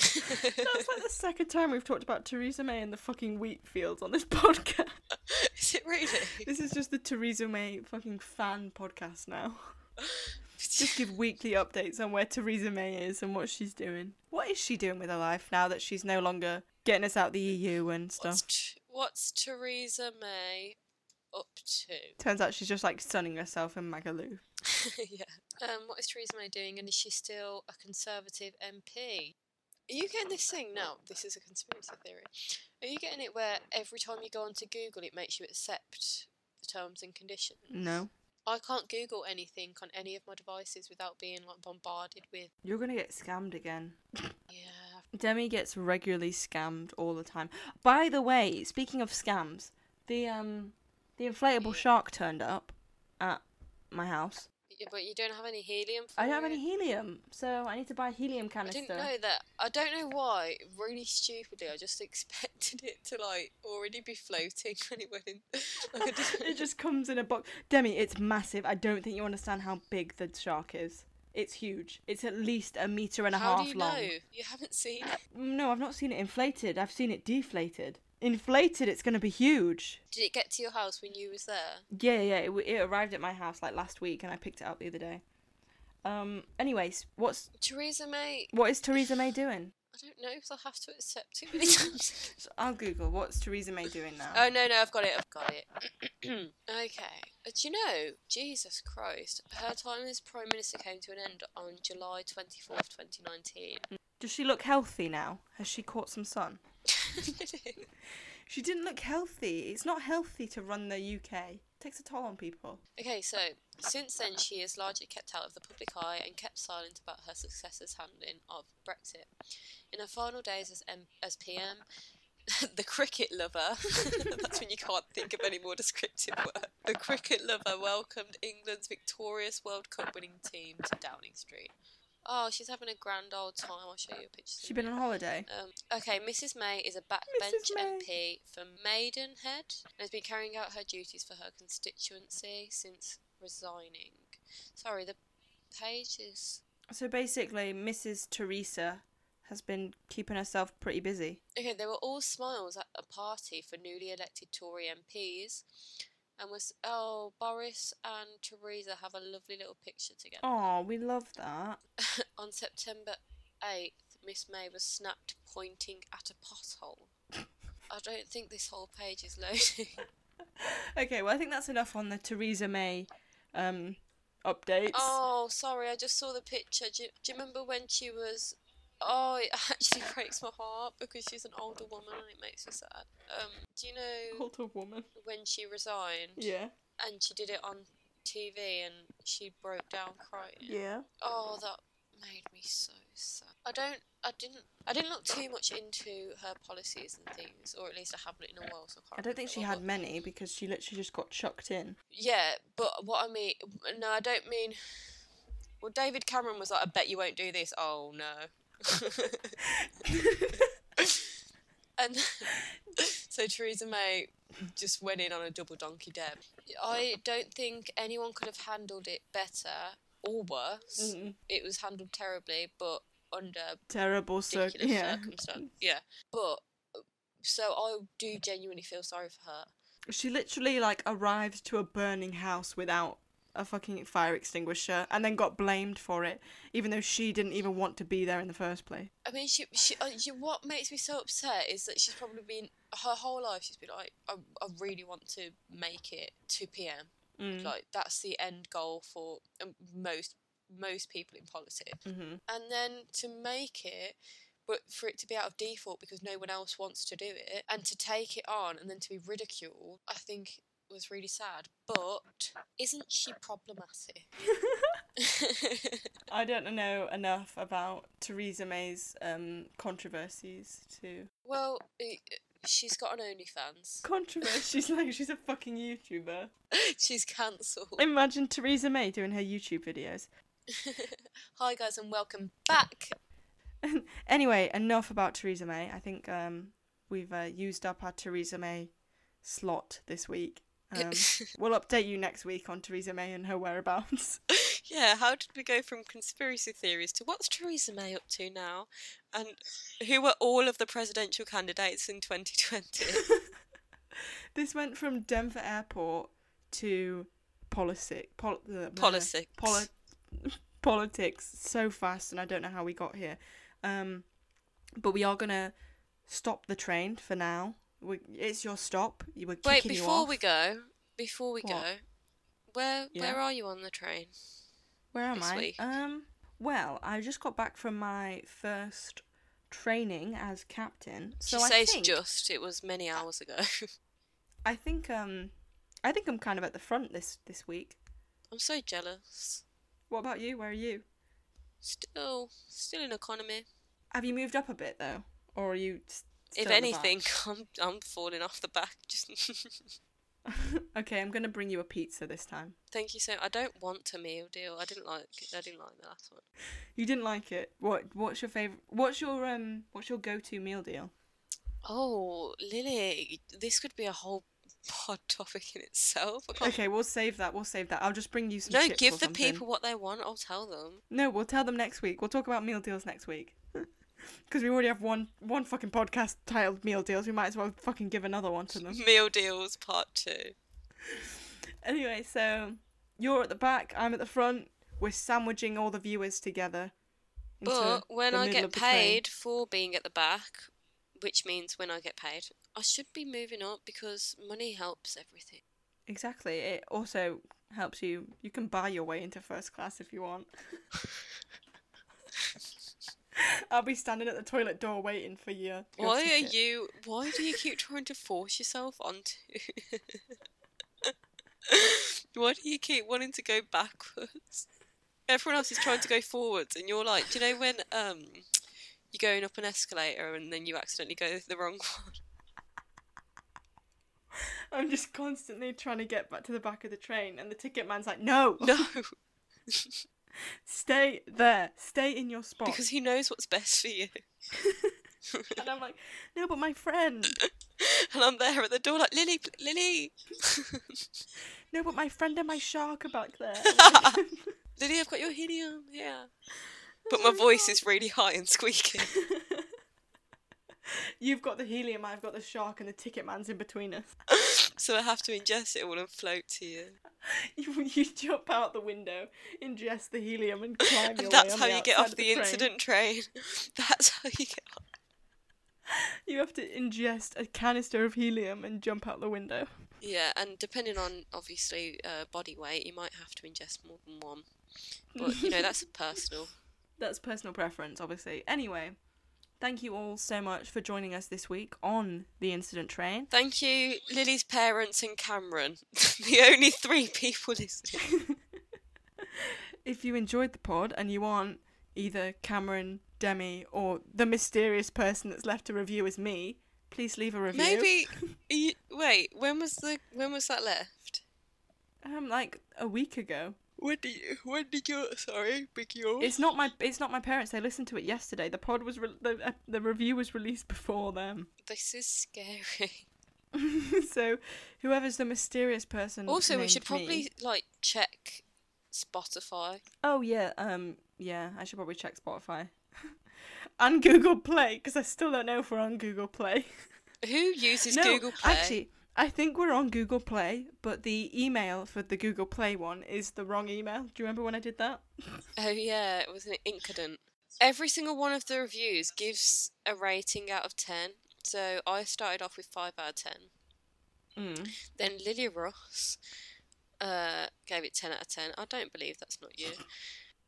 Speaker 2: That's like the second time we've talked about Theresa May and the fucking wheat fields on this podcast.
Speaker 1: is it really?
Speaker 2: This is just the Theresa May fucking fan podcast now. just give weekly updates on where Theresa May is and what she's doing. What is she doing with her life now that she's no longer getting us out the EU and
Speaker 1: What's,
Speaker 2: stuff?
Speaker 1: t- what's Theresa May up to?
Speaker 2: Turns out she's just like sunning herself in Magaloo.
Speaker 1: yeah. Um, what is Theresa May doing, and is she still a Conservative MP? Are you getting this thing now? This is a conspiracy theory. Are you getting it where every time you go onto Google, it makes you accept the terms and conditions?
Speaker 2: No.
Speaker 1: I can't Google anything on any of my devices without being like bombarded with
Speaker 2: You're gonna get scammed again.
Speaker 1: yeah.
Speaker 2: Demi gets regularly scammed all the time. By the way, speaking of scams, the um the inflatable shark turned up at my house.
Speaker 1: yeah but you don't have any helium. For
Speaker 2: I don't
Speaker 1: it.
Speaker 2: have any helium, so I need to buy a helium
Speaker 1: I
Speaker 2: canister.
Speaker 1: didn't know that. I don't know why. Really stupidly, I just expected it to like already be floating when it went in. Like I
Speaker 2: it
Speaker 1: didn't-
Speaker 2: just comes in a box. Demi, it's massive. I don't think you understand how big the shark is. It's huge. It's at least a meter and a
Speaker 1: How
Speaker 2: half
Speaker 1: do you
Speaker 2: long. Mm,
Speaker 1: know? You haven't seen it.
Speaker 2: No, I've not seen it inflated. I've seen it deflated. Inflated, it's going to be huge.
Speaker 1: Did it get to your house when you was there?
Speaker 2: Yeah, yeah. It, w- it arrived at my house like last week, and I picked it up the other day. Um. Anyways, what's
Speaker 1: Theresa May.
Speaker 2: what is Theresa May doing?
Speaker 1: I don't know if I'll have to accept too many times.
Speaker 2: So I'll Google. What's Theresa May doing now?
Speaker 1: oh no, no, I've got it. I've got it. okay. Uh, do you know? Jesus Christ. Her time as prime minister came to an end on July twenty fourth, twenty nineteen.
Speaker 2: Does she look healthy now? Has she caught some sun? She didn't look healthy. It's not healthy to run the UK. takes a toll on people.
Speaker 1: Okay, so since then she is largely kept out of the public eye and kept silent about her successor's handling of Brexit. In her final days as, M- as PM, the cricket lover, that's when you can't think of any more descriptive word, the cricket lover welcomed England's victorious World Cup winning team to Downing Street. Oh, she's having a grand old time. I'll show you a picture.
Speaker 2: She's been on holiday.
Speaker 1: Um, okay, Mrs. May is a backbench
Speaker 2: May.
Speaker 1: MP for Maidenhead and has been carrying out her duties for her constituency since resigning. Sorry, the page is.
Speaker 2: So basically, Mrs. Teresa has been keeping herself pretty busy.
Speaker 1: Okay, they were all smiles at a party for newly elected Tory MPs. And was oh Boris and Theresa have a lovely little picture together.
Speaker 2: Oh, we love that.
Speaker 1: On September eighth, Miss May was snapped pointing at a pothole. I don't think this whole page is loading.
Speaker 2: Okay, well, I think that's enough on the Theresa May um, updates.
Speaker 1: Oh, sorry, I just saw the picture. Do you, do you remember when she was? Oh, it actually breaks my heart because she's an older woman and it makes me sad. Um, do you know
Speaker 2: Cult of woman.
Speaker 1: when she resigned
Speaker 2: Yeah.
Speaker 1: and she did it on TV and she broke down crying?
Speaker 2: Yeah.
Speaker 1: Oh, that made me so sad. I don't, I didn't, I didn't look too much into her policies and things, or at least I haven't in a while. So I, can't
Speaker 2: I don't
Speaker 1: remember
Speaker 2: think she
Speaker 1: what-
Speaker 2: had many because she literally just got chucked in.
Speaker 1: Yeah, but what I mean, no, I don't mean. Well, David Cameron was like, "I bet you won't do this." Oh no. and so Theresa May just went in on a double donkey dare. I don't think anyone could have handled it better or worse. It was handled terribly, but under
Speaker 2: Terrible circ.
Speaker 1: ridiculous
Speaker 2: Yeah.
Speaker 1: circumstance. Yeah, but so I do genuinely feel sorry for her.
Speaker 2: She literally like arrived to a burning house without a fucking fire extinguisher and then got blamed for it, even though she didn't even want to be there in the first place.
Speaker 1: I mean, she, she, uh, she, what makes me so upset is that she's probably been, her whole life, she's been like, I, I really want to make it 2 pm. Like, that's the end goal for um, most most people in politics.
Speaker 2: Mhm.
Speaker 1: And then to make it,
Speaker 3: but for it to be out of default because no one else wants to do it and to take it on and then to be ridiculed, I think was really sad. But isn't she problematic?
Speaker 2: I don't know enough about Theresa May's um, controversies to
Speaker 3: well, i- she's got an OnlyFans.
Speaker 2: controversy. She's like she's a fucking YouTuber.
Speaker 3: she's cancelled.
Speaker 2: Imagine Theresa May doing her YouTube videos.
Speaker 3: Hi guys and welcome back.
Speaker 2: Anyway, enough about Theresa May. I think um, we've uh, used up our Theresa May slot this week. Um, we'll update you next week on Theresa May and her whereabouts.
Speaker 1: Yeah, how did we go from conspiracy theories to what's Theresa May up to now? And who were all of the presidential candidates in 2020?
Speaker 2: this went from Denver Airport to policy, pol- uh,
Speaker 1: Politics.
Speaker 2: poli- politics so fast, and I don't know how we got here. Um, but we are gonna stop the train for now. We- it's your stop. You were
Speaker 1: Wait,
Speaker 2: kicking you
Speaker 1: before
Speaker 2: off.
Speaker 1: we go, before we
Speaker 2: What?
Speaker 1: go, where
Speaker 2: Yeah.
Speaker 1: where are you on the train?
Speaker 2: Where am
Speaker 1: this
Speaker 2: I?
Speaker 1: week?
Speaker 2: Um, well, I just got back from my first training as captain. So
Speaker 1: she
Speaker 2: I
Speaker 1: says
Speaker 2: think,
Speaker 1: just it was many hours ago.
Speaker 2: I think um, I think I'm kind of at the front this this week.
Speaker 1: I'm so jealous.
Speaker 2: What about you? Where are you?
Speaker 1: Still, still in economy.
Speaker 2: Have you moved up a bit though, or are you? s- still
Speaker 1: if
Speaker 2: at the back?
Speaker 1: anything, I'm I'm falling off the back. Just
Speaker 2: okay, I'm gonna bring you a pizza this time.
Speaker 1: thank you so. I don't want a meal deal. I didn't like. I didn't like the last one.
Speaker 2: You didn't like it. What? What's your favorite? What's your um? What's your go-to meal deal?
Speaker 1: Oh, Lily, this could be a whole pod topic in itself. I can't-
Speaker 2: Okay, we'll save that. We'll save that. I'll just bring you some.
Speaker 1: No,
Speaker 2: chips
Speaker 1: give
Speaker 2: or
Speaker 1: the
Speaker 2: something.
Speaker 1: people what they want. I'll tell them.
Speaker 2: No, we'll tell them next week. We'll talk about meal deals next week. Because we already have one one fucking podcast titled meal deals. We might as well fucking give another one to them.
Speaker 1: Meal deals part two.
Speaker 2: anyway, so you're at the back, I'm at the front. We're sandwiching all the viewers together. into
Speaker 1: But when
Speaker 2: the
Speaker 1: I
Speaker 2: middle
Speaker 1: get
Speaker 2: of the train.
Speaker 1: paid for being at the back, which means when I get paid, I should be moving up because money helps everything.
Speaker 2: exactly. It also helps you. You can buy your way into first class if you want. I'll be standing at the toilet door waiting for you.
Speaker 1: Why are you? Why do you keep trying to force yourself onto? why do you keep wanting to go backwards? Everyone else is trying to go forwards, and you're like, do you know when um, you're going up an escalator and then you accidentally go the wrong one?
Speaker 2: I'm just constantly trying to get back to the back of the train, and the ticket man's like, "No,
Speaker 1: No,
Speaker 2: stay there, stay in your spot."
Speaker 1: because he knows what's best for you.
Speaker 2: and I'm like, "No, but my friend,
Speaker 1: And I'm there at the door, like Lily, pl- Lily,
Speaker 2: no, but my friend and my shark are back there."
Speaker 1: Lily, I've got your helium. Yeah, but my voice is really high and squeaky.
Speaker 2: You've got the helium, I've got the shark, and the ticket man's in between us.
Speaker 1: So I have to ingest it all and float to you.
Speaker 2: You, you jump out the window, ingest the helium, and climb your
Speaker 1: And
Speaker 2: way
Speaker 1: that's
Speaker 2: on
Speaker 1: how
Speaker 2: the
Speaker 1: you get
Speaker 2: outside
Speaker 1: off
Speaker 2: of
Speaker 1: the,
Speaker 2: train.
Speaker 1: incident train. That's how you get off.
Speaker 2: You have to ingest a canister of helium and jump out the window.
Speaker 1: Yeah, and depending on obviously uh, body weight, you might have to ingest more than one. But you know that's personal.
Speaker 2: that's personal preference, obviously. Anyway, thank you all so much for joining us this week on the Incident Train.
Speaker 1: Thank you, Lily's parents and Cameron, the only three people listening.
Speaker 2: If you enjoyed the pod and you want either Cameron, Demi, or the mysterious person that's left a review is me, please leave a review.
Speaker 1: Maybe. You, wait, when was the when was that left?
Speaker 2: um, like a week ago.
Speaker 1: When did you, when did you sorry, big you?
Speaker 2: It's not my it's not my parents. They listened to it yesterday. The pod was re- the uh, the review was released before them.
Speaker 1: This is scary.
Speaker 2: so, whoever's the mysterious person.
Speaker 1: Also, we
Speaker 2: named
Speaker 1: should probably
Speaker 2: me-
Speaker 1: like check Spotify.
Speaker 2: Oh yeah, um, yeah. I should probably check Spotify and Google Play because I still don't know if we're on Google Play.
Speaker 1: Who uses Google Play?
Speaker 2: actually, I think we're on Google Play, but the email for the Google Play one is the wrong email. Do you remember when I did that?
Speaker 1: Oh yeah, it was an incident. Every single one of the reviews gives a rating out of ten. So I started off with five out of ten.
Speaker 2: Mm.
Speaker 1: Then Lily Ross uh, gave it ten out of ten. I don't believe that's not you.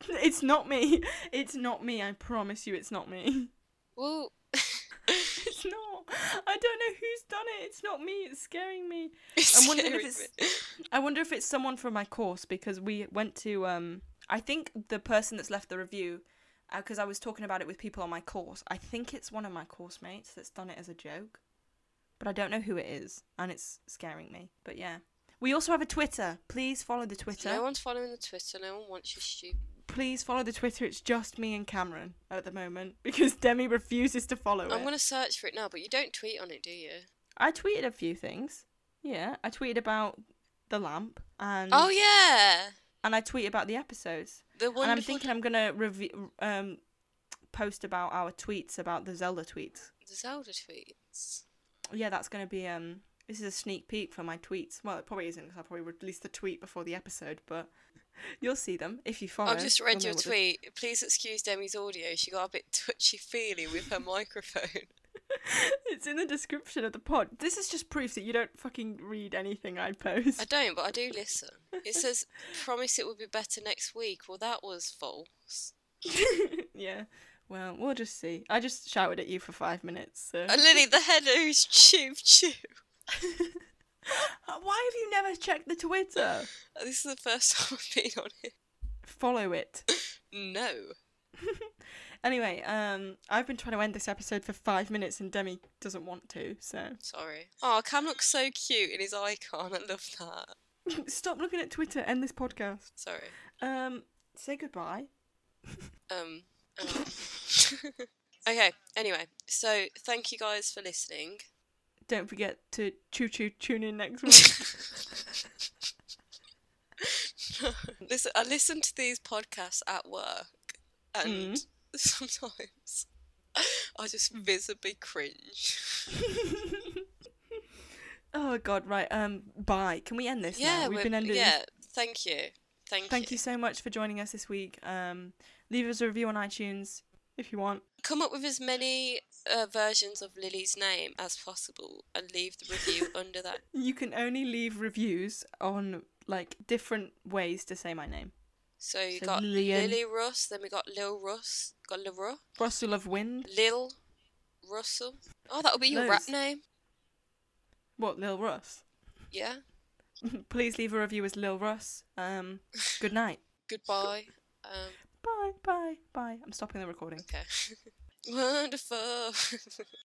Speaker 2: It's not me. It's not me. I promise you, it's not me.
Speaker 3: Well,
Speaker 2: It's not. I don't know who's done it. It's not me. It's scaring me.
Speaker 1: It's
Speaker 2: I'm wondering if
Speaker 1: scaring
Speaker 2: it's-
Speaker 1: me.
Speaker 2: I wonder if it's someone from my course because we went to. Um, I think the person that's left the review, because I was talking about it with people on my course. I think it's one of my course mates that's done it as a joke, but I don't know who it is, and it's scaring me. But yeah, we also have a Twitter. Please follow the Twitter.
Speaker 3: no one's following the Twitter. No one wants your stupid.
Speaker 2: Please follow the Twitter. It's just me and Cameron at the moment because Demi refuses to follow it.
Speaker 3: I'm gonna search for it now, but you don't tweet on it, do you?
Speaker 2: I tweeted a few things. Yeah, I tweeted about the lamp and
Speaker 3: Oh yeah,
Speaker 2: and I tweet about the episodes.
Speaker 3: the
Speaker 2: and I'm
Speaker 3: wonderful
Speaker 2: thinking I'm gonna review um post about our tweets about the Zelda tweets.
Speaker 3: the Zelda tweets.
Speaker 2: Yeah, that's gonna be um. This is a sneak peek for my tweets. Well, it probably isn't because I probably release the tweet before the episode, but you'll see them if you follow.
Speaker 1: I've just read your
Speaker 2: you'll know Oh, what the-
Speaker 1: tweet. Please excuse Demi's audio. She got a bit twitchy feely with her microphone.
Speaker 2: it's in the description of the pod. This is just proof that you don't fucking read anything I post.
Speaker 1: I don't, but I do listen. It says, "Promise it will be better next week." Well, that was false.
Speaker 2: yeah. Well, we'll just see. I just shouted at you for five minutes. So.
Speaker 1: And Uh, Lily, the header is chew chew.
Speaker 2: Uh, Why have you never checked the Twitter?
Speaker 1: Uh, This is the first time I've been on it.
Speaker 2: Follow it.
Speaker 1: No.
Speaker 2: Anyway, um, I've been trying to end this episode for five minutes and Demi doesn't want to, so
Speaker 1: Sorry. Oh, Cam looks so cute in his icon. I love that.
Speaker 2: stop looking at Twitter. End this podcast.
Speaker 1: Sorry.
Speaker 2: Um, say goodbye.
Speaker 1: Um. um. okay. Anyway, so thank you guys for listening.
Speaker 2: Don't forget to choo choo tune in next week.
Speaker 1: Listen, I listen to these podcasts at work, and
Speaker 2: Mm.
Speaker 1: sometimes I just visibly cringe.
Speaker 2: oh God, right. Um, bye. Can we end this? now?
Speaker 1: Yeah,
Speaker 2: we've
Speaker 1: we're-
Speaker 2: been ending.
Speaker 1: Yeah, thank you, thank,
Speaker 2: Thank you so much for joining us this week. Um, leave us a review on iTunes if you want.
Speaker 1: Come up with as many uh, versions of Lily's name as possible, and leave the review under that.
Speaker 2: You can only leave reviews on like different ways to say my name.
Speaker 1: So you
Speaker 2: So
Speaker 1: got
Speaker 2: Lillian.
Speaker 1: Lily Russ, then we got Lil Russ, got Lil Russ,
Speaker 2: Russell of Wind.
Speaker 1: Lil Russell. Oh, that'll be your rap
Speaker 2: Loads.
Speaker 1: name.
Speaker 2: What, Lil Russ?
Speaker 1: Yeah.
Speaker 2: Please leave a review as Lil Russ. Um, good night.
Speaker 1: Goodbye. Um,
Speaker 2: bye, bye, bye. I'm stopping the recording.
Speaker 1: okay. Wonderful.